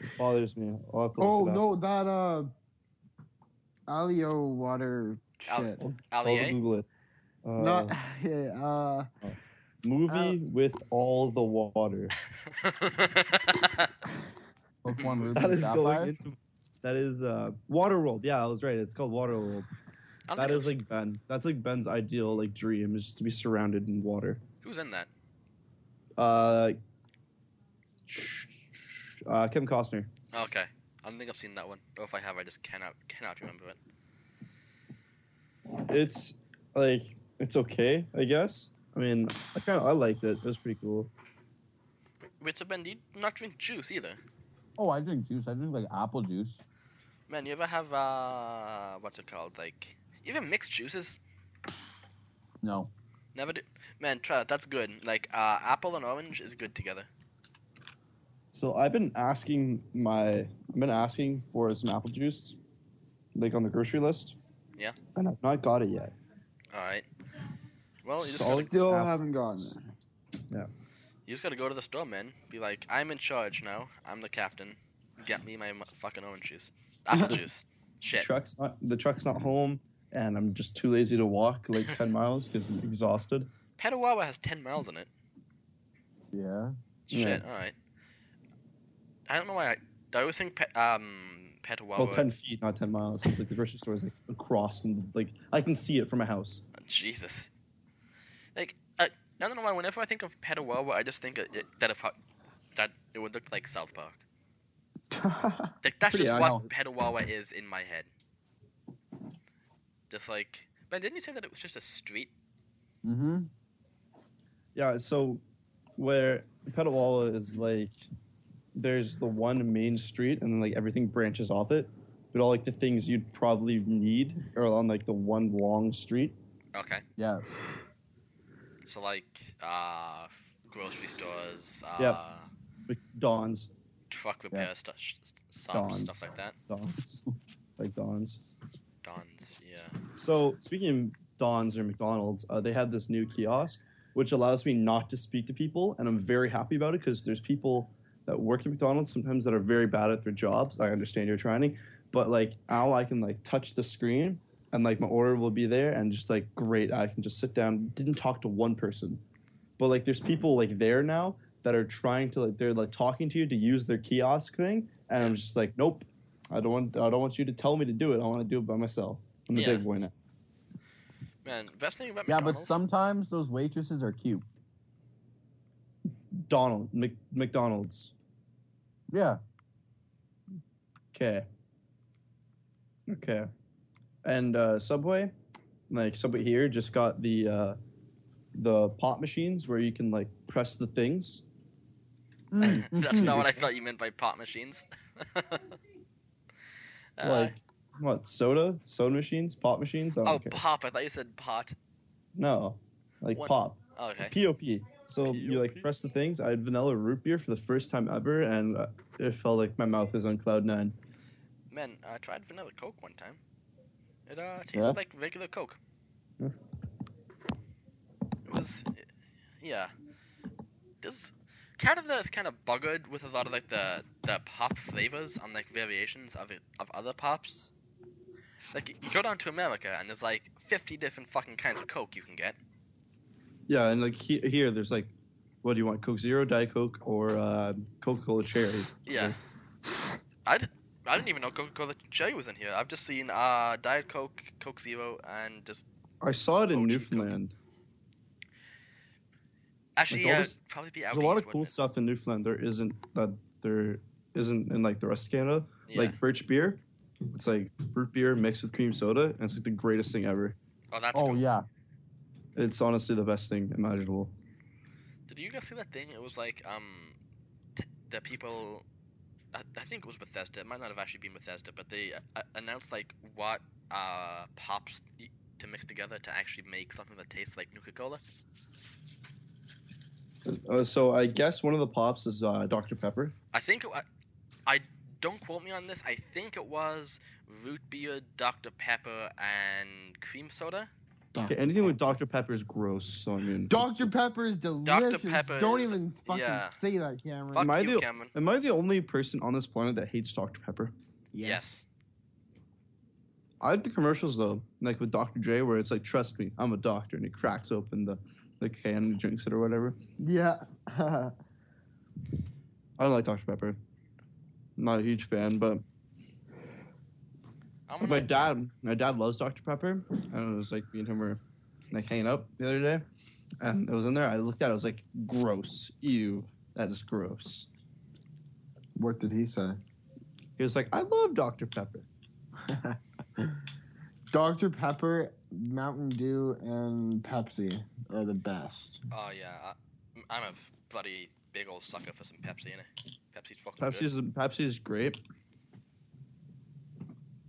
C: It bothers me. I'll have to look
D: Oh
C: it up.
D: no, that uh, Alio water
A: Al-
D: shit.
C: I'll
A: Allier?
C: Google it. Oh, Uh,
D: Not yeah, uh,
C: movie with all the water.
B: Book one, Ruby
C: That is
B: Sapphire.
C: going into. That is uh, Waterworld. Yeah, I was right. It's called Waterworld.
A: I don't
C: That
A: think
C: is
A: I've-
C: like Ben. That's like Ben's ideal like dream is to be surrounded in water.
A: Who's in that?
C: Uh, uh Kim Costner.
A: Okay. I don't think I've seen that one. Or if I have, I just cannot cannot remember it.
C: It's like it's okay, I guess. I mean, I kind of I liked it. It was pretty cool.
A: Wait, so Ben, do you not drink juice either?
B: Oh, I drink juice. I drink like apple juice.
A: Man, you ever have uh, what's it called? Like even mixed juices?
B: No.
A: Never did. Man, try that. That's good. Like uh, apple and orange is good together.
C: So I've been asking my I've been asking for some apple juice, like on the grocery list.
A: Yeah.
C: And I've not got it yet.
A: All right. Well, you just
C: Solid.
A: gotta,
D: still
C: Apple.
D: haven't gotten it.
A: you just gotta go to the store, man. Be like, I'm in charge now. I'm the captain. Get me my mu- fucking orange juice, apple juice. Shit.
C: Truck's not the truck's not home, and I'm just too lazy to walk like ten miles because I'm exhausted.
A: Petawawa has ten miles in it.
B: Yeah.
A: Shit. All right. I don't know why. I, I always think pe- um Petawawa.
C: Well, ten feet, not ten miles. It's like the grocery store is like across, and like I can see it from my house.
A: Jesus. Like, I, I don't know why. Whenever I think of Petawawa, I just think it, it, that if I, that it would look like South Park. Like that's
C: Pretty
A: just
C: accurate.
A: what Petawawa is in my head. Just like, Ben, didn't you say that it was just a street?
B: Mm-hmm.
C: Yeah, so where Petawawa is like there's the one main street and then like everything branches off it. But all like the things you'd probably need are on like the one long street.
A: Okay,
B: Yeah.
A: so like, uh, grocery stores, uh,
C: Yep. Like Don's.
A: truck repair stuff, stuff,
C: Don's.
A: stuff like that.
C: Don's. like Don's.
A: Don's, yeah.
C: So speaking of Don's or McDonald's, uh, they have this new kiosk which allows me not to speak to people, and I'm very happy about it because there's people that work at McDonald's sometimes that are very bad at their jobs. I understand your training, but like now I can like touch the screen and like my order will be there, and just like great, I can just sit down. Didn't talk to one person, but like there's people like there now that are trying to like they're like talking to you to use their kiosk thing, and I'm just like nope. I don't want. I don't want you to tell me to do it. I want to do it by myself. I'm a
A: Yeah.
C: big boy now.
A: Man, best thing about
B: Yeah, but
A: McDonald's.
B: sometimes those waitresses are cute.
C: Donald Mc, McDonald's.
B: Yeah.
C: Okay. Okay. And uh, Subway, like Subway here, just got the uh, the pop machines where you can like press the things. Mm, mm-hmm.
A: That's not what I thought you meant by pot machines. Uh,
C: like what soda, soda machines, pop machines. I don't
A: oh,
C: care.
A: pop! I thought you said pot.
C: no, like
A: What?
C: pop.
A: Okay.
C: Pop. So you like
A: POP?
C: press the things. I had vanilla root beer for the first time ever, and uh, it felt like my mouth was on cloud nine.
A: Man, I tried vanilla Coke one time. It uh, tasted
C: Yeah? Hmm.
A: like regular Coke.
C: Yeah.
A: It was, yeah. This Canada is kind of buggered with a lot of like the the pop flavors and like variations of it, of other pops. Like you go down to America and there's like fifty different fucking kinds of Coke you can get.
C: Yeah, and like he- here, there's like, what do you want? Coke Zero, Diet Coke, or uh, Coca Cola Cherry?
A: Yeah. I, d- I didn't even know Coca Cola Cherry was in here. I've just seen uh, Diet Coke, Coke Zero, and just
C: I saw it in
A: Oh, gee, Coke.
C: Newfoundland.
A: actually
C: all
A: yeah,
C: this-
A: it'd probably be out
C: There's a lot
A: east,
C: of cool
A: wouldn't
C: stuff in Newfoundland. There isn't that there isn't in like the rest of Canada.
A: it? Yeah.
C: Like birch beer, it's like root beer mixed with cream soda, and it's like the greatest thing ever.
A: oh, that's
B: Oh
A: cool.
B: yeah.
C: It's honestly the best thing imaginable.
A: Did you guys see that thing? It was like um, t- the people. I, I think it was Bethesda. It might not have actually been Bethesda, but they uh, announced like what uh pops y- to mix together to actually make something that tastes like Nuka Cola.
C: Uh, so I guess one of the pops is uh, Dr Pepper.
A: I think it, wa- I don't quote me on this. I think it was root beer, Dr Pepper, and cream soda.
C: Okay, anything with Dr Pepper is gross. So I mean,
D: Dr. Pepper is delicious.
A: Pepper
D: Don't
A: is-
D: even fucking
A: yeah.
D: say that, Cameron.
A: Fuck
C: Am I
A: you,
C: the-
A: Cameron.
C: am I the only person on this planet that hates Dr Pepper?
A: Yes.
C: I like the commercials though, like with Dr. Dre, where it's like, "Trust me, I'm a doctor," and he cracks open the, the can and drinks it or whatever.
D: Yeah.
C: I don't like Dr. Pepper. I'm not a huge fan, but
A: I'm gonna-
C: my dad, my dad loves Dr. Pepper, and it was like me and him were like hanging out the other day, and it was in there. I looked at, it, I was like, "Gross, ew, that is gross."
D: what did he say?
C: He was like, "I love Dr. Pepper."
D: Dr. Pepper, Mountain Dew, and Pepsi are the best.
A: Oh yeah, I, am a bloody big old sucker for some Pepsi in it. Pepsi's fucking good.
C: Pepsi's Pepsi's great.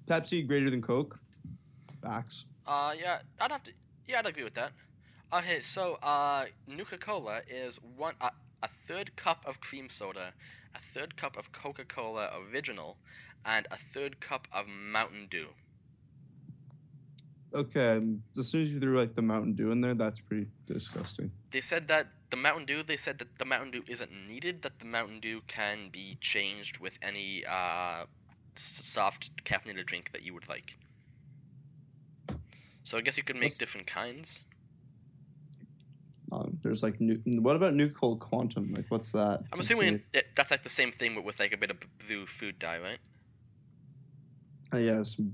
C: Pepsi greater than Coke. Facts.
A: Uh, yeah, I'd have to. Yeah, I'd agree with that. Okay, so uh, Nuka Cola is one uh, a third cup of cream soda, a third cup of Coca Cola Original, and a third cup of Mountain Dew.
C: Okay, um, as soon as you threw like the Mountain Dew in there, that's pretty disgusting.
A: They said that the Mountain Dew. They said that the Mountain Dew isn't needed. That the Mountain Dew can be changed with any uh, s- soft caffeinated drink that you would like. So I guess you could make
C: That's-
A: different kinds.
C: Um, there's like new. What about New Cold Quantum? Like, what's that?
A: I'm assuming it, that's like the same thing, but with like a bit of blue food dye, right?
C: Uh, yes.
A: You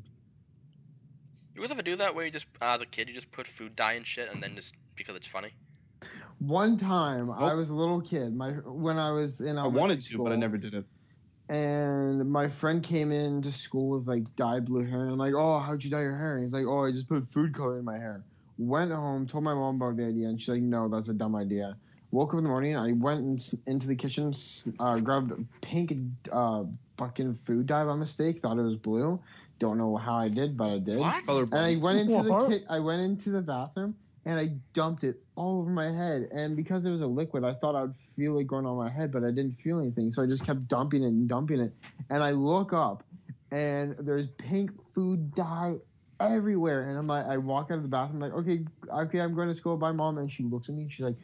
A: guys ever do that where you just, as a kid, you just put food dye and shit, and then just because it's funny?
D: One time, I was a little kid. My when I was in
C: I
D: elementary
C: wanted to,
D: school,
C: but I never did it.
D: And my friend came into school with like dyed blue hair. And I'm like, oh, how'd you dye your hair? And he's like, oh, I just put food color in my hair. Went home, told my mom about the idea, and she's like, no, that's a dumb idea. Woke up in the morning, I went in, into the kitchen, s- uh, grabbed pink uh, fucking food dye by mistake. Thought it was blue. Don't know how I did, but I did.
C: Color
D: And I went into the
B: What?
D: ki- I went into the bathroom and I dumped it all over my head. And because it was a liquid, I thought I would feel it going on my head, but I didn't feel anything. So I just kept dumping it and dumping it. And I look up, and there's pink food dye everywhere. And I'm like, I walk out of the bathroom, like, okay, okay, I'm going to school. Bye, mom. And she looks at me, and she's like,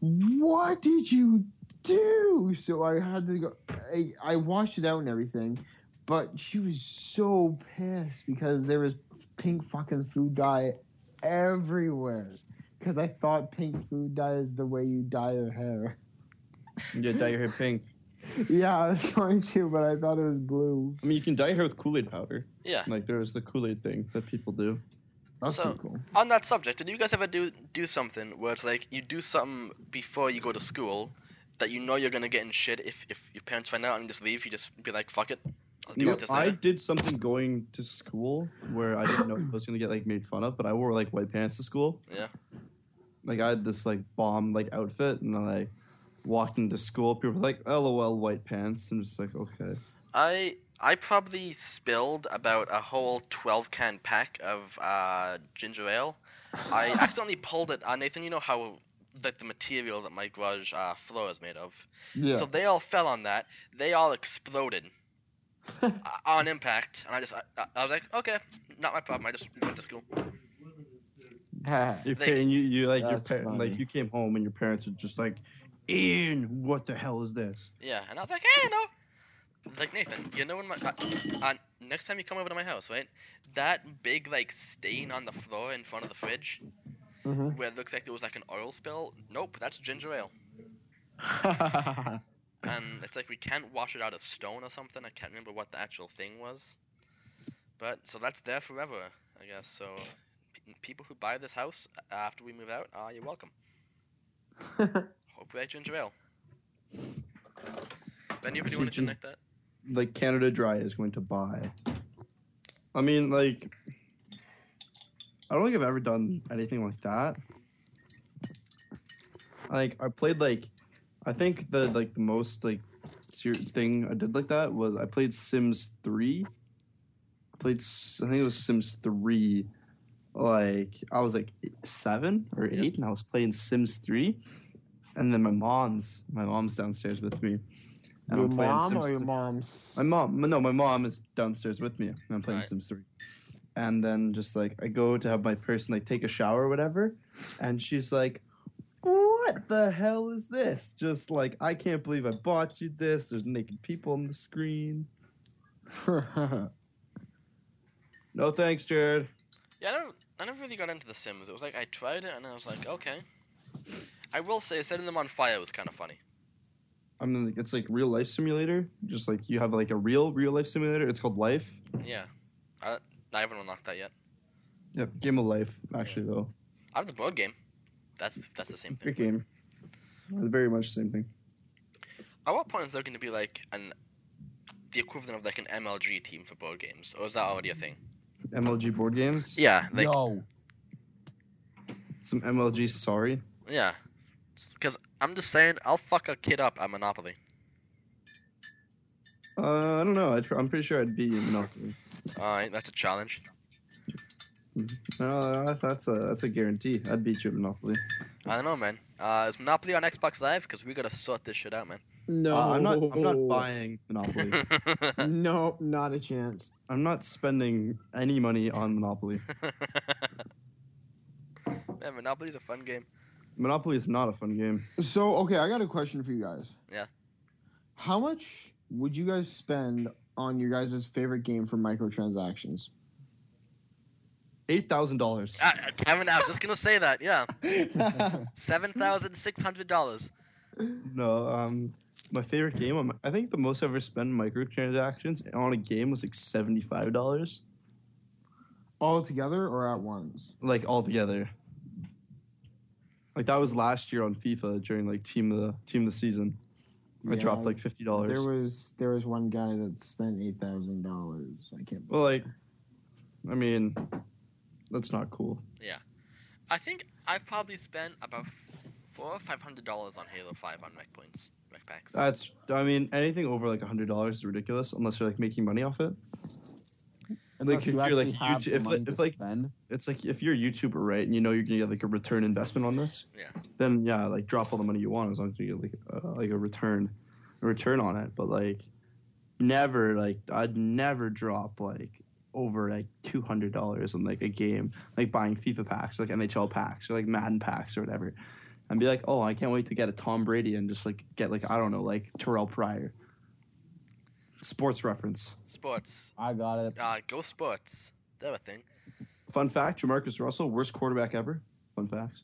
D: what did you do? So I had to go. I, I washed it out and everything, but she was so pissed because there was pink fucking food dye everywhere. Because I thought pink food dye is the way you dye your hair.
C: Yeah, dye your hair pink.
D: yeah, I was going to, but I thought it was blue.
C: I mean, you can dye your hair with Kool Aid powder.
A: Yeah.
C: Like, there was the Kool Aid thing that people do.
D: That's
A: So-
D: pretty cool.
A: On that subject, did you guys ever do do something where it's like you do something before you go to school that you know you're gonna get in shit if if your parents find out and just leave? You just be like, fuck it, I'll deal
C: No,
A: with this
C: I
A: later.
C: did something going to school where I didn't know I was gonna get like made fun of, but I wore like white pants to school.
A: Yeah.
C: Like I had this like bomb like outfit, and I walked into school. People were like, "LOL, white pants," and just like, okay.
A: I I probably spilled about a whole 12 can pack of uh, ginger ale. I accidentally pulled it. Uh, Nathan, you know how like the material that my garage uh, floor is made of.
D: Yeah.
A: So they all fell on that. They all exploded uh, on impact, and I just I, I- I was like, okay, not my problem. I just went to school.
C: Your pa-
A: Like-
C: and you, you like your
D: That's
C: par-
D: funny.
C: like you came home and your parents were just like, "Ian, what the hell is this?"
A: "Ah, Yeah, and I was like, hey, you know, like Nathan, you know when my I, I, uh, next time you come over to my house, right? That big like stain on the floor in front of the fridge,
D: Mhm.
A: where it looks like there was like an oil spill. Nope, that's ginger ale. and it's like we can't wash it out of stone or something. I can't remember what the actual thing was. But so that's there forever, I guess. So p- people who buy this house after we move out, uh, you're welcome. Hope we like ginger ale. Ben, you ever do
C: Should
A: anything
C: you-
A: like that?
C: like Canada Dry is going to buy. I mean, like, I don't think I've ever done anything like that. Like, I played like, I think the like the most like ser- thing I did like that was I played Sims Three. I played, S- I think it was Sims Three. Like, I was like eight- seven or eight, and I was playing Sims Three. And then my mom's, my mom's downstairs with me. And
D: your
C: I'm playing
D: mom
C: Sims
D: or your
C: 3.
D: mom's?
C: My mom, no, my mom is downstairs with me. and I'm playing
A: Right.
C: Sims 3. And then just like I go to have my person like take a shower or whatever, and she's like, "What the hell is this?" Just like I can't believe I bought you this. There's naked people on the screen. Uh, No thanks, Jared.
A: Yeah, I never, I never really got into The Sims. It was like I tried it and I was like, okay. I will say, setting them on fire was kind of funny.
C: I mean, like, it's like real life simulator. Just like you have like a real real life simulator. It's called Life.
A: Yeah, I, I haven't unlocked that yet.
C: Yep, Game of Life actually though.
A: I have the board game. That's that's the same thing.
C: Great game. Very much the same thing.
A: At what point is there going to be like an the equivalent of like an MLG team for board games, or is that already a thing?
C: MLG board games.
A: Yeah, like
B: Yo,
C: Some MLG. Sorry.
A: yeah, because I'm just saying, I'll fuck a kid up at Monopoly.
C: Uh, I don't know. I tr- I'm pretty sure I'd be Monopoly.
A: All right, that's a challenge.
C: No, that- that's a that's a guarantee. I'd beat you at Monopoly.
A: I don't know, man. Uh, is Monopoly on Xbox Live? Because we gotta sort this shit out, man.
D: no,
C: Uh, I'm not. I'm not buying Monopoly.
D: No, not a chance.
C: I'm not spending any money on Monopoly.
A: man, Monopoly's a fun game.
C: Monopoly is not a fun game.
D: So okay, I got a question for you guys.
A: Yeah.
D: How much would you guys spend on your guys' favorite game for microtransactions?
C: Eight thousand dollars.
D: Ah.
A: Uh, Kevin, I was just gonna say that. Yeah,
D: yeah,
A: seven thousand six hundred dollars.
C: No. Um, my favorite game. on- I think the most I ever spent on microtransactions on a game was like seventy five dollars,
D: all together or at once?
C: like all together. Like that was last year on FIFA during like team of the team of the season. I
D: Yeah,
C: dropped like fifty dollars.
D: There was there was one guy that spent eight thousand dollars. I can't.
C: Well, like, I mean, that's not cool.
A: I think I probably spent about four or five hundred dollars on Halo Five on rec points, rec packs.
C: That's, I mean, anything over like hundred dollars is ridiculous unless you're like making money off it.
E: Unless
C: if
E: you
C: you're,
E: actually
C: like,
E: have
C: YouTube-
E: the
C: if,
E: money
C: like-
E: to
C: if, like-
E: spend.
C: It's like if you're a YouTuber, right, and you know you're gonna get like a return investment on this.
A: Yeah.
C: Then yeah, like drop all the money you want as long as you get like uh, like a return, a return on it. But like, never like I'd never drop like over like two hundred dollars on like a game, like buying FIFA packs, or, like NHL packs, or like Madden packs or whatever, and be like, oh, I can't wait to get a Tom Brady and just like get like I don't know like Terrell Pryor. Sports reference.
A: Sports,
E: I got it.
A: uh, go sports. They're a thing.
C: Fun fact: Jamarcus Russell, worst quarterback ever. Fun facts.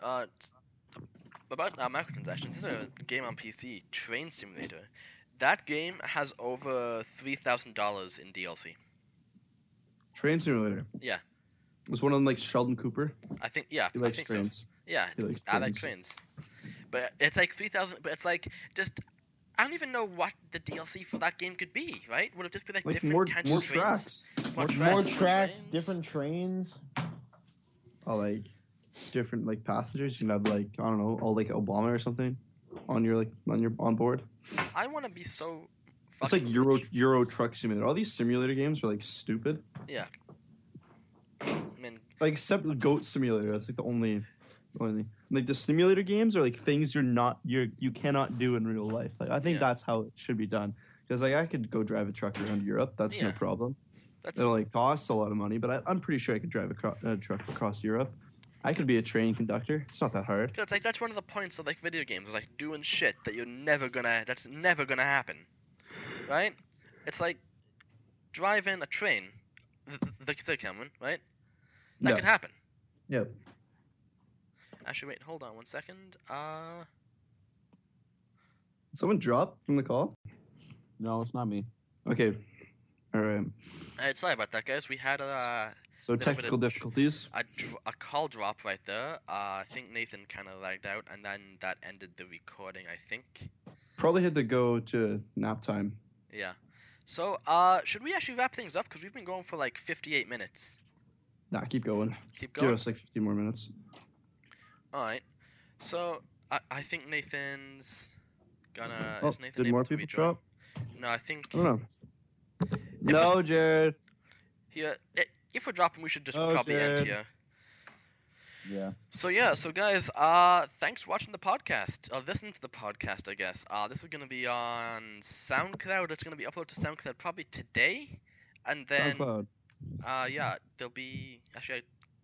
A: Uh, s- about uh, microtransactions, this is a game on PC, Train Simulator. That game has over three thousand dollars in DLC.
C: Train Simulator.
A: Yeah.
C: Was one of them like Sheldon Cooper?
A: I think, yeah,
C: He
A: I
C: likes
A: think so.
C: trains.
A: Yeah,
C: He likes
A: I like
C: trains.
A: trains. Ah, But it's like three thousand. But it's like just. I don't even know what the DLC for that game could be, right? Would it just be like,
C: Like
A: different
C: more,
A: kinds
C: more
A: of trains?
C: tracks.
A: More tracks,
D: More tracks,
A: trains?
D: different trains.
C: Oh, like different like passengers. You can have like I don't know, all like Obama or something on your like on your on board.
A: I want to be so.
C: It's
A: fucking
C: like Euro
A: rich.
C: Euro Truck Simulator. All these simulator games are like stupid.
A: I mean,
C: Like except Goat Simulator. That's like the only only like the simulator games are like things you're not you're you cannot do in real life. Like I think
A: Yeah.
C: that's how it should be done. Because like I could go drive a truck around Europe. That's no
A: Yeah.
C: problem.
A: that's
C: It'll like cost a lot of money, but I, I'm pretty sure I could drive a, cro- a truck across Europe. I could be a train conductor. It's not that hard.
A: Cause like that's one of the points of like video games, is, like doing shit that you're never gonna, that's never gonna happen, right? It's like drive in a train, th- th- th- they're coming, right? That
C: Yeah.
A: could happen.
C: Yep.
A: Actually, wait, hold on one second. Uh,
C: Did someone drop from the call?
E: No, it's not me.
C: Okay. All right.
A: alright, sorry about that, guys. We had a
C: So
A: Bit of a
C: technical
A: glitch.
C: difficulties.
A: a, dr- a call drop right there. Uh, I think Nathan kind of lagged out, and then that ended the recording. I think.
C: Probably had to go to nap time.
A: Yeah. So, uh, should we actually wrap things up? Because we've been going for like 58 minutes.
C: Nah, keep going.
A: Keep
C: Give
A: going.
C: us like 15 more minutes.
A: All right. So, I, I think Nathan's gonna.
C: Oh,
A: Uh, is Nathan
C: did
A: able
C: more
A: to
C: people
A: rejoin?
C: drop?
A: No, I think.
C: I don't know. No, Jared.
A: Here, i- uh, eh, if we're dropping, we should just
C: Oh,
A: probably end
C: Jared.
A: here.
E: Yeah.
A: So yeah, so guys, uh, thanks for watching the podcast. Uh, listen to the podcast, I guess. Uh, this is gonna be on SoundCloud. It's gonna be uploaded to SoundCloud probably today, and then
C: SoundCloud.
A: uh, yeah, there'll be actually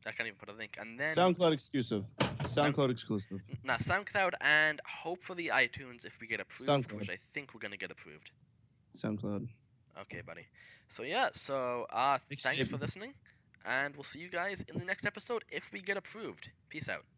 A: I, I can't even put a link, and then
C: SoundCloud exclusive. SoundCloud exclusive.
A: Now SoundCloud and hopefully iTunes if we get approved,
C: SoundCloud.
A: which I think we're gonna get approved. Mm.
C: SoundCloud.
A: Okay, buddy. So yeah, so uh,
C: Thanks,
A: thanks for
C: Jim.
A: listening, and we'll see you guys in the next episode if we get approved. Peace out.